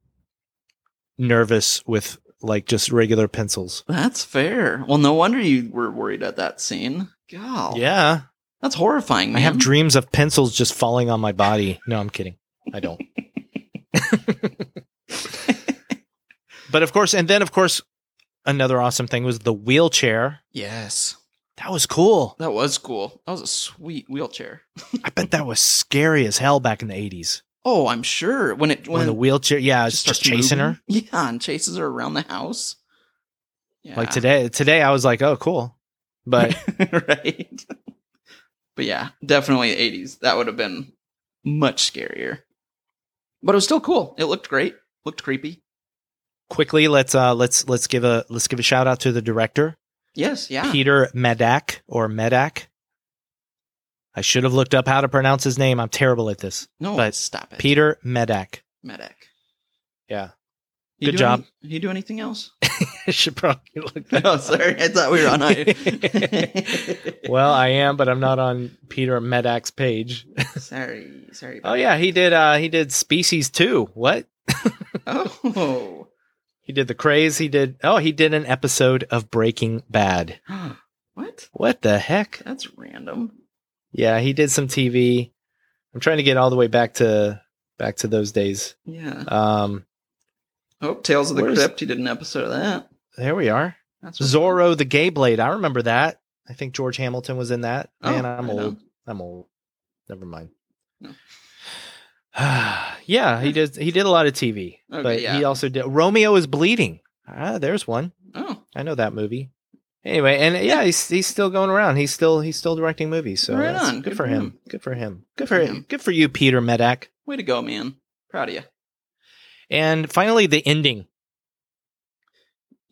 nervous with like just regular pencils.
That's fair. Well, no wonder you were worried at that scene. God.
Yeah.
That's horrifying,
I have
man.
dreams of pencils just falling on my body. No, I'm kidding. I don't. but of course, and then of course another awesome thing was the wheelchair.
yes.
That was cool.
That was cool. That was a sweet wheelchair.
I bet that was scary as hell back in the 80s.
Oh, I'm sure. When it
When,
when
the wheelchair, yeah, it's just
starts
chasing her.
moving. Yeah, and chases her around the house. Yeah.
Like today, today I was like, oh, cool. But
right? But yeah, definitely 80s. That would have been much scarier. But it was still cool. It looked great. Looked creepy.
quickly, let's uh, let's let's give a let's give a shout out to the director,
Yes, yeah.
Peter Medak or Medak. I should have looked up how to pronounce his name. I'm terrible at this.
no,
but
stop it.
Peter Medak.
Medic.
Yeah,
You
Good
do
job.
any- you do anything else?
I should probably look that.
oh,
up.
sorry. I thought we were on I.
well, I am, but I'm not on Peter Medak's page.
sorry. Sorry.
Oh
about
yeah, he did. uh He did Species Two. What?
that. Oh.
He did the craze. He did. Oh, he did an episode of Breaking Bad.
what?
What the heck?
That's random.
Yeah, he did some TV. I'm trying to get all the way back to back to those days.
Yeah.
Um,
Oh, Tales of the
Where's-
Crypt. You did an episode of that.
there we are.
That's what-
Zorro the Gay Blade. I remember that. I think George Hamilton was in that.
Oh,
Man, I'm
I know.
old. I'm old. Never mind.
No.
yeah, he did. He did a lot of TV,
Okay,
but
yeah.
he also did Romeo is Bleeding. Ah, there's one.
Oh,
I know that movie. Anyway, and yeah, he's he's still going around. He's still he's still directing movies. So
Right
that's
on.
Good, for him. Good for him. Good for
for
him.
him.
Good for you, Peter Medak.
way to go, man. Proud of you.
And finally, the ending.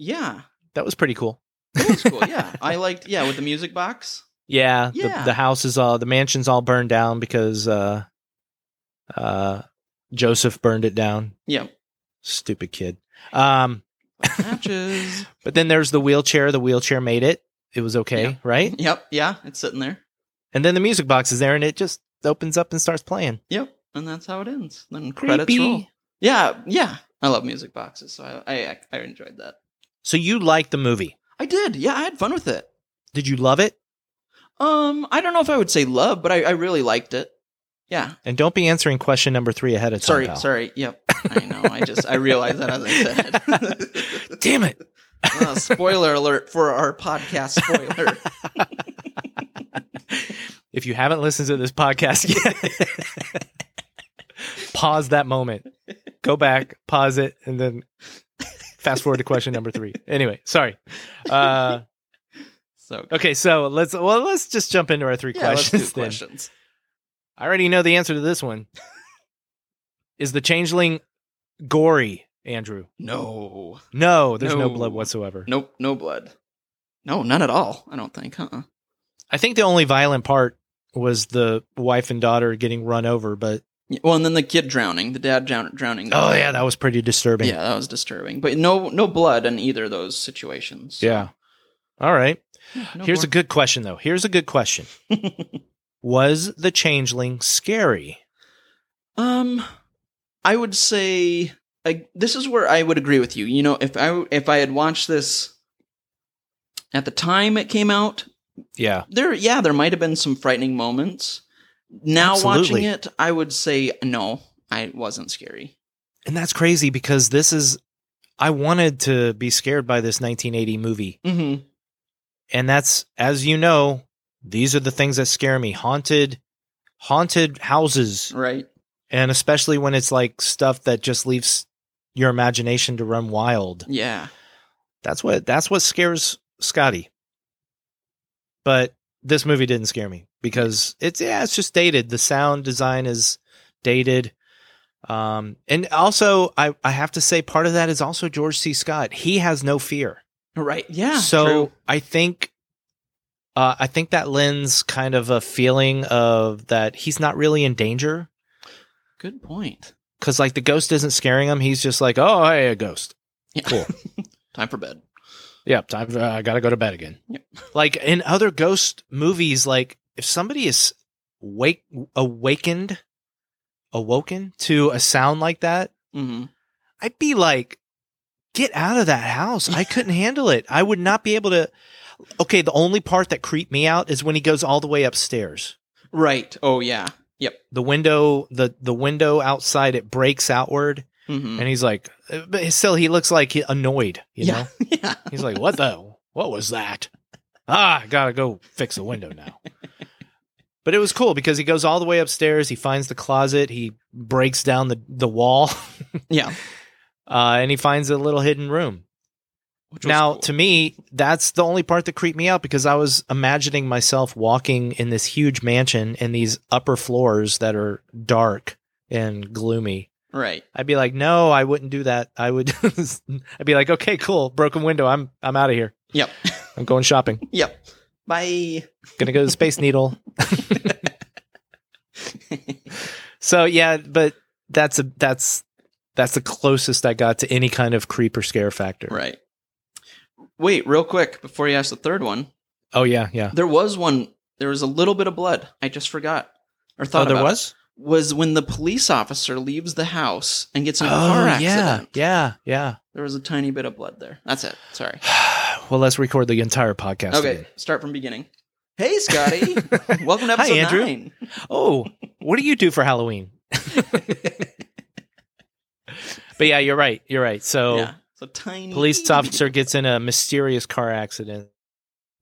Yeah.
That was pretty cool.
That was cool. Yeah. I liked, yeah, with the music box.
Yeah,
Yeah.
The, the house is all the mansion's all burned down because uh, uh, Joseph burned it down.
Yeah.
Stupid kid. Um,
Matches.
but then there's the wheelchair. The wheelchair made it. It was okay,
Yeah.
right?
yep. Yeah. It's sitting there.
And then the music box is there, and it just opens up and starts playing.
Yep. And that's how it ends. Then credits roll.
Creepy.
Yeah. Yeah. I love music boxes. So I, I, I enjoyed that.
So you liked the movie?
I did. Yeah. I had fun with it.
Did you love it?
Um, I don't know if I would say love, but I, I really liked it. Yeah.
And don't be answering question number three ahead of time.
Sorry.
pal.
Sorry. Yep. I know. I just, I realized that as I said it.
Damn it.
Uh, spoiler alert for our podcast spoiler.
if you haven't listened to this podcast yet, pause that moment. Go back, pause it, and then fast forward to question number three. Anyway, sorry. Uh,
so
okay, so let's well let's just jump into our three
yeah, let's
questions.
do
then.
questions.
I already know the answer to this one. Is the changeling gory, Andrew?
No,
No, there's no,
No.
blood whatsoever.
nope, no blood. No, none at all. I don't think, uh-uh. huh?
I think the only violent part was the wife and daughter getting run over, but
Well, and then the kid drowning, the dad drown- drowning.
oh yeah, that was pretty disturbing.
yeah, that was disturbing. But no, no blood in either of those situations.
Yeah. All right.
No
Here's
more-
a good question though. Here's a good question. was the changeling scary?
Um, I would say I, this is where I would agree with you. You know, if I if I had watched this at the time it came out,
Yeah.
there yeah, there might have been some frightening moments. Now
Absolutely.
watching it, I would say no, I wasn't scary.
And that's crazy because this is I wanted to be scared by this 1980 movie.
Mm-hmm.
and that's as you know these are the things that scare me haunted haunted houses
Right.
and especially when it's like stuff that just leaves your imagination to run wild
Yeah.
that's what that's what scares scotty but this movie didn't scare me because it's yeah it's just dated the sound design is dated um and also i i have to say part of that is also george c scott he has no fear
Right. Yeah.
so
true.
I think uh, I think that lends kind of a feeling of that he's not really in danger
good point.
because like the ghost isn't scaring him. He's just like, oh, hey, a ghost.
Yeah.
Cool.
Time for bed.
Yeah, time. For, uh, I gotta go to bed again.
Yep.
Like in other ghost movies, like if somebody is wake awakened, awoken to a sound like that,
hmm
I'd be like, get out of that house. I couldn't handle it. I would not be able to. Okay, the only part that creeped me out is when he goes all the way upstairs.
Right. Oh yeah. Yep.
The window, the the window outside, it breaks outward,
Mm-hmm.
and he's like, uh, but still, he looks like he annoyed. You
yeah.
know,
yeah.
he's like, what the, what was that? Ah, I gotta go fix the window now. But it was cool because he goes all the way upstairs. He finds the closet. He breaks down the the wall,
Yeah.
uh, and he finds a little hidden room.
Which was
Now,
cool.
to me, that's the only part that creeped me out because I was imagining myself walking in this huge mansion and these upper floors that are dark and gloomy.
right.
I'd be like, no, I wouldn't do that. I would. I'd be like, okay, cool, broken window. I'm I'm out of here.
Yep.
I'm going shopping.
Yep. Bye.
Gonna go to the Space Needle. So yeah, but that's a that's that's the closest I got to any kind of creep or scare factor.
right. Wait, real quick before you ask the third one,
Oh yeah, yeah.
there was one. There was a little bit of blood. I just forgot or thought
oh, there
about it.
was.
was when the police officer leaves the house and gets in a
Oh
car
yeah,
accident.
yeah, yeah.
There was a tiny bit of blood there. That's it. Sorry.
well, let's record the entire podcast.
okay,
again.
start from beginning. Hey, Scotty. Welcome to
Hi,
episode
Andrew.
nine.
Oh, what do you do for Halloween? but yeah, you're right. You're right. So,
yeah, it's a tiny
Oh. police officer gets in a mysterious car accident.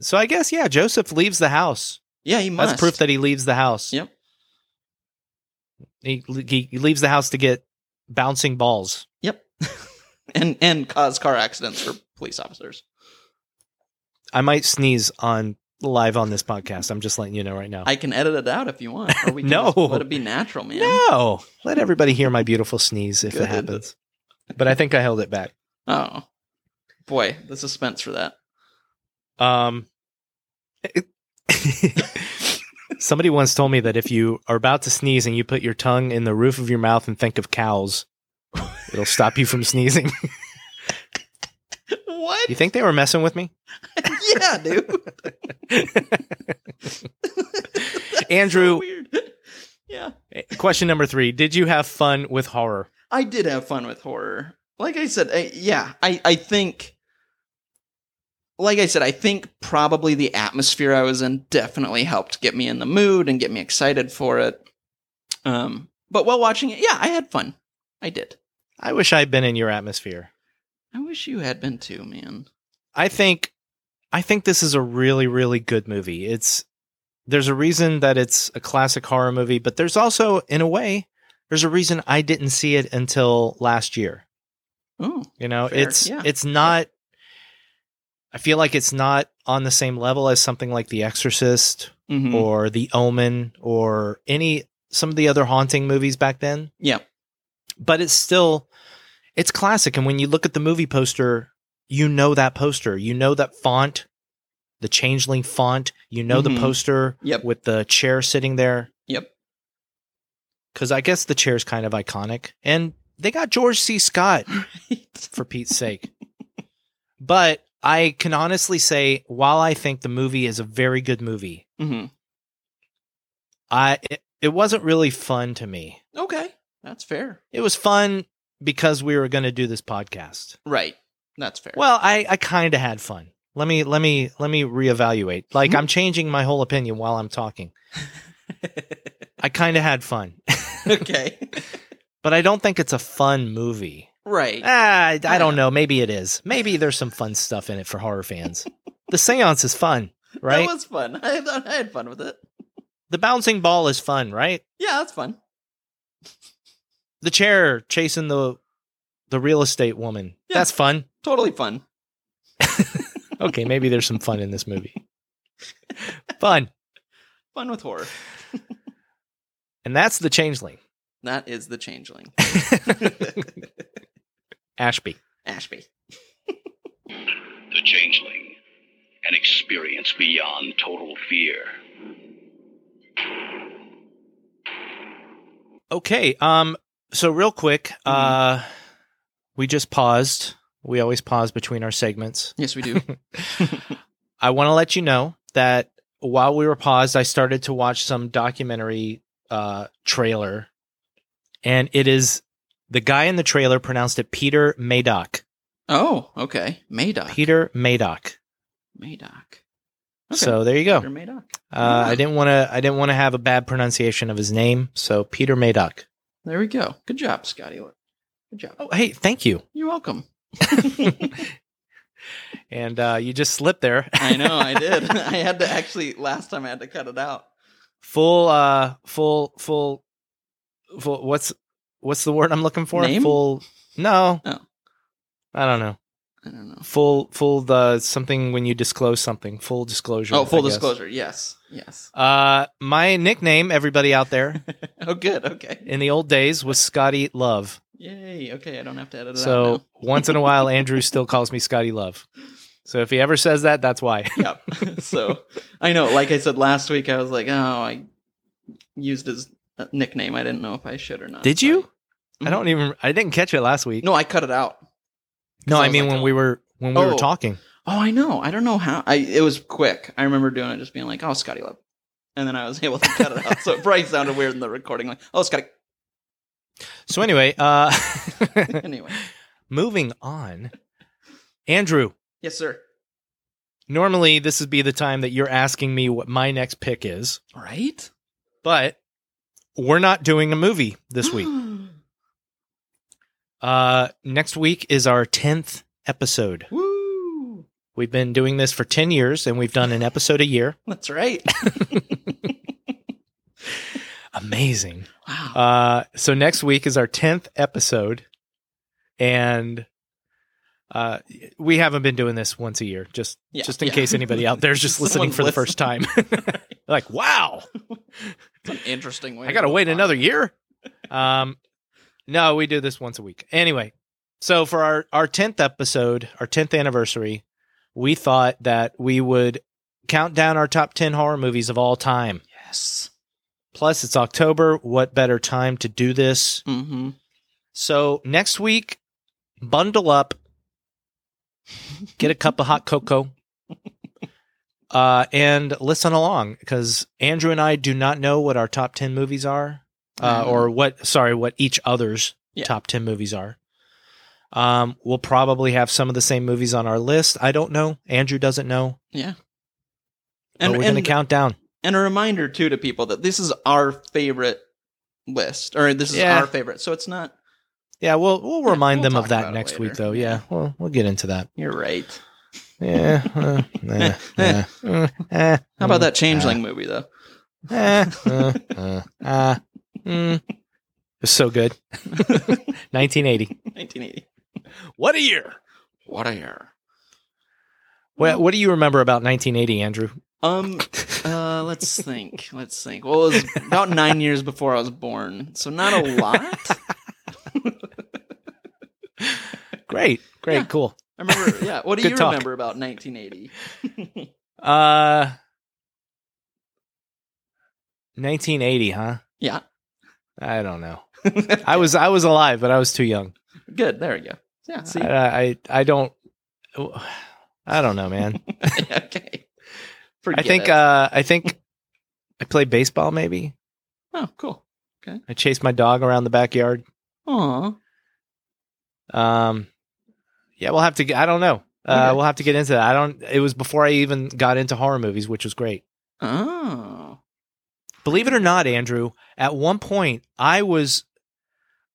So I guess yeah, Joseph leaves the house.
Yeah, he must.
That's proof that he leaves the house.
Yep.
He, he he leaves the house to get bouncing balls.
Yep. and and cause car accidents for police officers.
I might sneeze on live on this podcast. I'm just letting you know right now.
I can edit it out if you want. Or we can
No.
just let it be natural, man.
no, let everybody hear my beautiful sneeze if
Good.
it happens. But I think I held it back.
Oh. Boy, the suspense for that.
Um, somebody once told me that if you are about to sneeze and you put your tongue in the roof of your mouth and think of cows, it'll stop you from sneezing.
What?
You think they were messing with me?
yeah, dude.
Andrew,
Weird. yeah.
question number three Did you have fun with horror?
I did have fun with horror. Like I said, I, yeah, I, I think, like I said, I think probably the atmosphere I was in definitely helped get me in the mood and get me excited for it. Um, but while watching it, yeah, I had fun. I did.
I wish I'd been in your atmosphere.
I wish you had been too, man.
I think I think this is a really really good movie. It's there's a reason that it's a classic horror movie, but there's also in a way there's a reason I didn't see it until last year.
Oh,
You know,
Fair,
it's
yeah.
it's not I feel like it's not on the same level as something like The Exorcist
mhm.
or The Omen or any some of the other haunting movies back then,
yeah,
but it's still it's classic and when you look at the movie poster, you know that poster, you know that font, the changeling font, you know
Mhm.
the poster
Yep.
with the chair sitting there
yep,
cuz I guess the chair's kind of iconic and they got George C. Scott
Right.
for Pete's sake. But I can honestly say, while I think the movie is a very good movie,
Mhm.
I it, it wasn't really fun to me.
Okay, that's fair.
It was fun because we were going to do this podcast.
Right, that's fair.
Well, I I kind of had fun. Let me let me let me reevaluate. Like I'm changing my whole opinion while I'm talking. I kind of had fun,
okay,
but I don't think it's a fun movie.
right.
Ah, I, I don't know. Maybe it is. Maybe there's some fun stuff in it for horror fans. the séance is fun, right?
That was fun. I, thought I had fun with it.
The bouncing ball is fun, right?
Yeah, that's fun.
The chair chasing the the real estate woman.
Yeah.
That's fun.
Totally fun.
Okay, maybe there's some fun in this movie. fun.
Fun with horror.
And that's the changeling.
That is the changeling.
Ashby.
Ashby.
The Changeling, an experience beyond total fear.
Okay. Um so real quick,
Mm-hmm.
uh we just paused. We always pause between our segments.
Yes, we do.
I want to let you know that while we were paused, I started to watch some documentary uh, trailer, and it is the guy in the trailer pronounced it Peter Madoc.
oh, okay. Madoc.
Peter Madoc.
Madoc.
So Oh. there you go.
Peter Madoc.
Uh, I didn't want to. I didn't want to have a bad pronunciation of his name. So Peter Madoc.
There we go. Good job, Scotty. Good job.
Oh, hey, thank you.
You're welcome.
And uh, you just slipped there.
I know, I did. I had to actually last time I had to cut it out.
full. Uh, full. Full. Full. What's What's the word I'm looking for?
Name?
Full. No.
Oh.
I don't know.
I don't know.
full full the something when you disclose something full disclosure
Oh, full
I guess.
disclosure. Yes. Yes.
uh my nickname everybody out there
Oh, good. Okay.
in the old days was scotty love
Yay. Okay. I don't have to edit it
so once in a while andrew still calls me scotty love so if he ever says that that's why
out. Now. Yep. so I know, like I said last week, I was like, oh, I used his uh, nickname. I didn't know if I should or not.
did
so
you
Mhm.
i don't even i didn't catch it last
I-
week
No, I cut it out.
no
I
i
was
mean
like,
when
oh.
we were when we
Oh.
were talking
Oh, I know. I don't know how. I it was quick. I remember doing it, just being like, "Oh, Scotty Love," and then I was able to cut it out. So it probably sounded weird in the recording, like, "Oh, Scotty."
so anyway uh
Anyway,
moving on andrew
yes, sir.
normally this would be the time that you're asking me what my next pick is
Right
but we're not doing a movie this week. Uh, next week is our 10th episode.
Woo!
We've been doing this for 10 years and we've done an episode a year.
That's right.
Amazing.
Wow.
Uh, so next week is our 10th episode. And uh, we haven't been doing this once a year, just
Yeah,
just in
yeah.
case anybody out there is just listening
Someone's
for the first time. like, wow,
It's an interesting way.
I gotta
go
wait
about
another
it.
year. Um, no, we do this once a week. Anyway, so for our our tenth episode, our tenth anniversary, we thought that we would count down our top ten horror movies of all time.
Yes.
Plus, it's October. What better time to do this?
Mm-hmm.
So next week, bundle up, get a cup of hot cocoa. Uh, and listen along because Andrew and I do not know what our top 10 movies are uh, or what sorry what each other's
Yeah.
top 10 movies are um we'll probably have some of the same movies on our list i don't know andrew doesn't know
and,
but we're gonna
and,
count down
and a reminder too to people that this is our favorite list, or this is
Yeah.
our favorite. So it's not.
yeah we'll we'll
Yeah,
remind
we'll
them
talk
of that
about it
next week
later.
though yeah
Yeah.
well we'll get into that
You're right.
Yeah. uh, nah, nah, mm, eh,
How about
mm,
that Changeling movie though?
eh, uh, uh, ah, mm. It's so good. 1980.
1980.
What a year.
What a year.
What, what do you remember about 1980, Andrew?
Um, uh, let's think. Let's think. Well, it was about nine years before I was born, so not a lot.
Great. Great.
Yeah.
Cool.
I remember. Yeah. What do
Good
you
talk.
remember about 1980?
Uh, 1980, huh?
Yeah.
I don't know. I was I was alive, but I was too young.
Good. There we go. Yeah. See.
I I, I don't. I don't know, man. I
okay. Forget
think
it.
uh, I think I played baseball. Maybe
oh, cool.
I chased my dog around the backyard.
Aw.
Um, yeah, we'll have to. get- I don't know. Uh,
Okay.
We'll have to get into that. I don't. It was before I even got into horror movies, which was great.
Oh.
Believe it or not, Andrew. At one point, I was,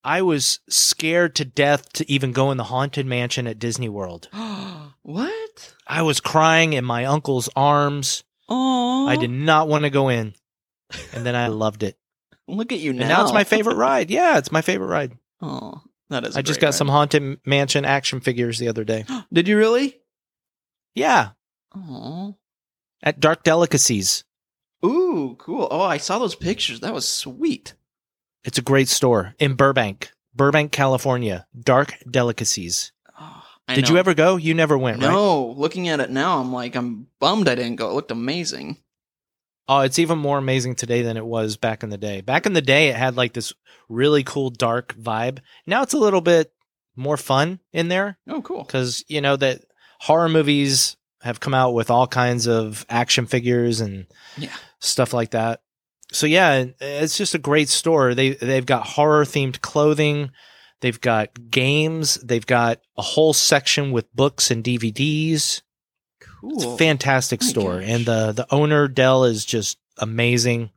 I was scared to death to even go in the haunted mansion at Disney World.
Oh. what?
I was crying in my uncle's arms.
Oh.
I did not want to go in. And then I loved it.
Look at you now.
And now it's my favorite ride. Yeah, it's my favorite ride.
Oh, that is. a
I just
great
got some Haunted Mansion action figures the other day.
ride. Did you really?
Yeah,
Oh.
at Dark Delicacies.
Ooh, cool. Oh, I saw those pictures. That was sweet.
It's a great store in Burbank, Burbank, California. Dark Delicacies.
Oh, I
Did
know.
you ever go? You never went, right?
No, looking at it now, I'm like, I'm bummed I didn't go. It looked amazing.
Oh, it's even more amazing today than it was back in the day. Back in the day, it had like this really cool dark vibe. Now it's a little bit more fun in there.
Oh, cool.
because you know that horror movies have come out with all kinds of action figures and
Yeah.
stuff like that. So yeah, eh, it's just a great store. They they've got horror themed clothing, they've got games, they've got a whole section with books and DVDs.
Cool.
It's a fantastic
My
store,
gosh.
and the the owner Dell is just amazing.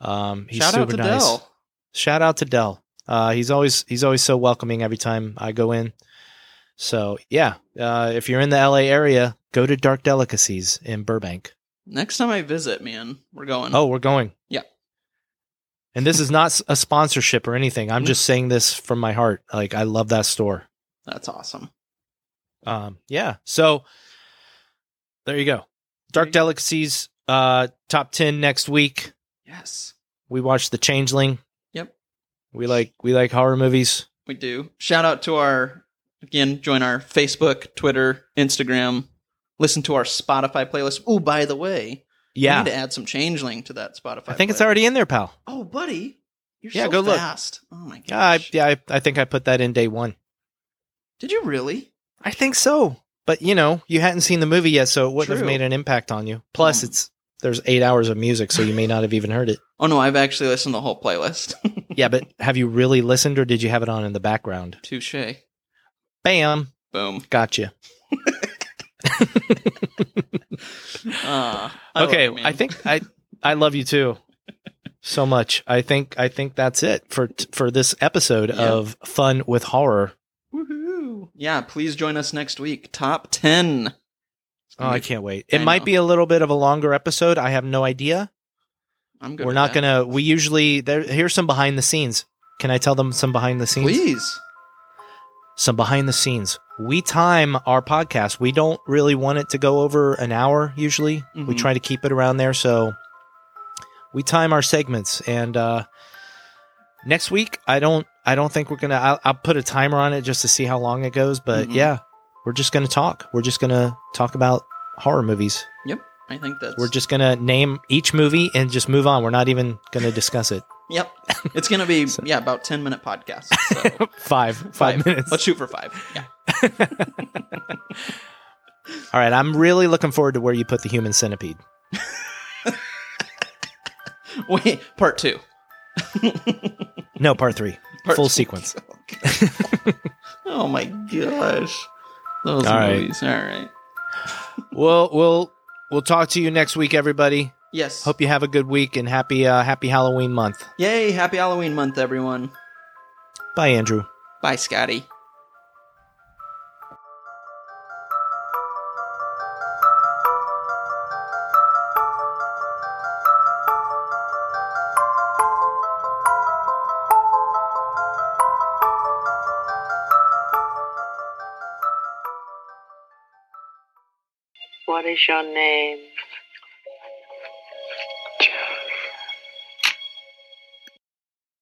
Um, he's
Shout
super
out to
nice.
Dell.
Shout out to Dell. Uh, he's always he's always so welcoming every time I go in. So yeah, uh, if you're in the LA area, go to Dark Delicacies in Burbank.
Next time I visit, man, we're going.
Oh, we're going.
Mm. Yeah.
And this is not s- a sponsorship or anything.
Mm.
I'm just saying this from my heart. Like I love that store.
that's awesome.
Um, yeah. So there you go. Dark Delicacies uh, top ten next week.
Yes,
We watched The Changeling.
Yep.
We like we like horror movies.
we do. Shout out to our again. Join our Facebook, Twitter, Instagram. Listen to our Spotify playlist. Oh, by the way,
Yeah.
we need to add some Changeling to that Spotify.
I think it's
playlist.
already in there, pal.
Oh, buddy, you're
Yeah,
so
go look.
fast. Oh my gosh.
Yeah, I, yeah, I, I think I put that in day one.
Did you really?
I think so. But you know, you hadn't seen the movie yet, so it wouldn't have
True.
made an impact on you. Plus,
Mm.
it's there's eight hours of music, so you may not have even heard it.
Oh no, I've actually listened to the whole playlist.
Yeah, but have you really listened, or did you have it on in the background?
Touche.
Bam,
Boom.
gotcha.
Uh,
Ah, okay,
love you,
I
man.
think I I love you too so much. I think I think that's it for for this episode
Yeah.
of Fun with Horror.
Woohoo! Yeah, please join us next week. Top ten. It's
Oh,
gonna
I
be-
can't wait.
I
It might
know.
be a little bit of a longer episode. I have no idea.
I'm good.
we're not gonna we usually there here's some behind the scenes can i tell them some behind the scenes
Please.
some behind the scenes we time our podcast we don't really want it to go over an hour usually we
Mhm.
try to keep it around there so we time our segments and uh next week i don't i don't think we're gonna i'll, I'll put a timer on it just to see how long it goes but
Mhm.
yeah we're just gonna talk we're just gonna talk about horror movies
Yep. I think that's.
we're just gonna name each movie and just move on we're not even gonna discuss it
Yep. It's gonna be
So-
yeah about ten minute podcast. So.
five five minutes
Let's shoot for five. Yeah.
All right, I'm really looking forward to where you put the human centipede.
Wait. Part two.
No, part three,
Part
full
two.
sequence.
Oh my gosh. Those
All right.
movies. All right.
We'll we'll we'll talk to you next week, everybody.
Yes.
Hope you have a good week and happy uh, happy Halloween month.
Yay! Happy Halloween month, everyone.
Bye, Andrew.
Bye, Scotty.
What is your name?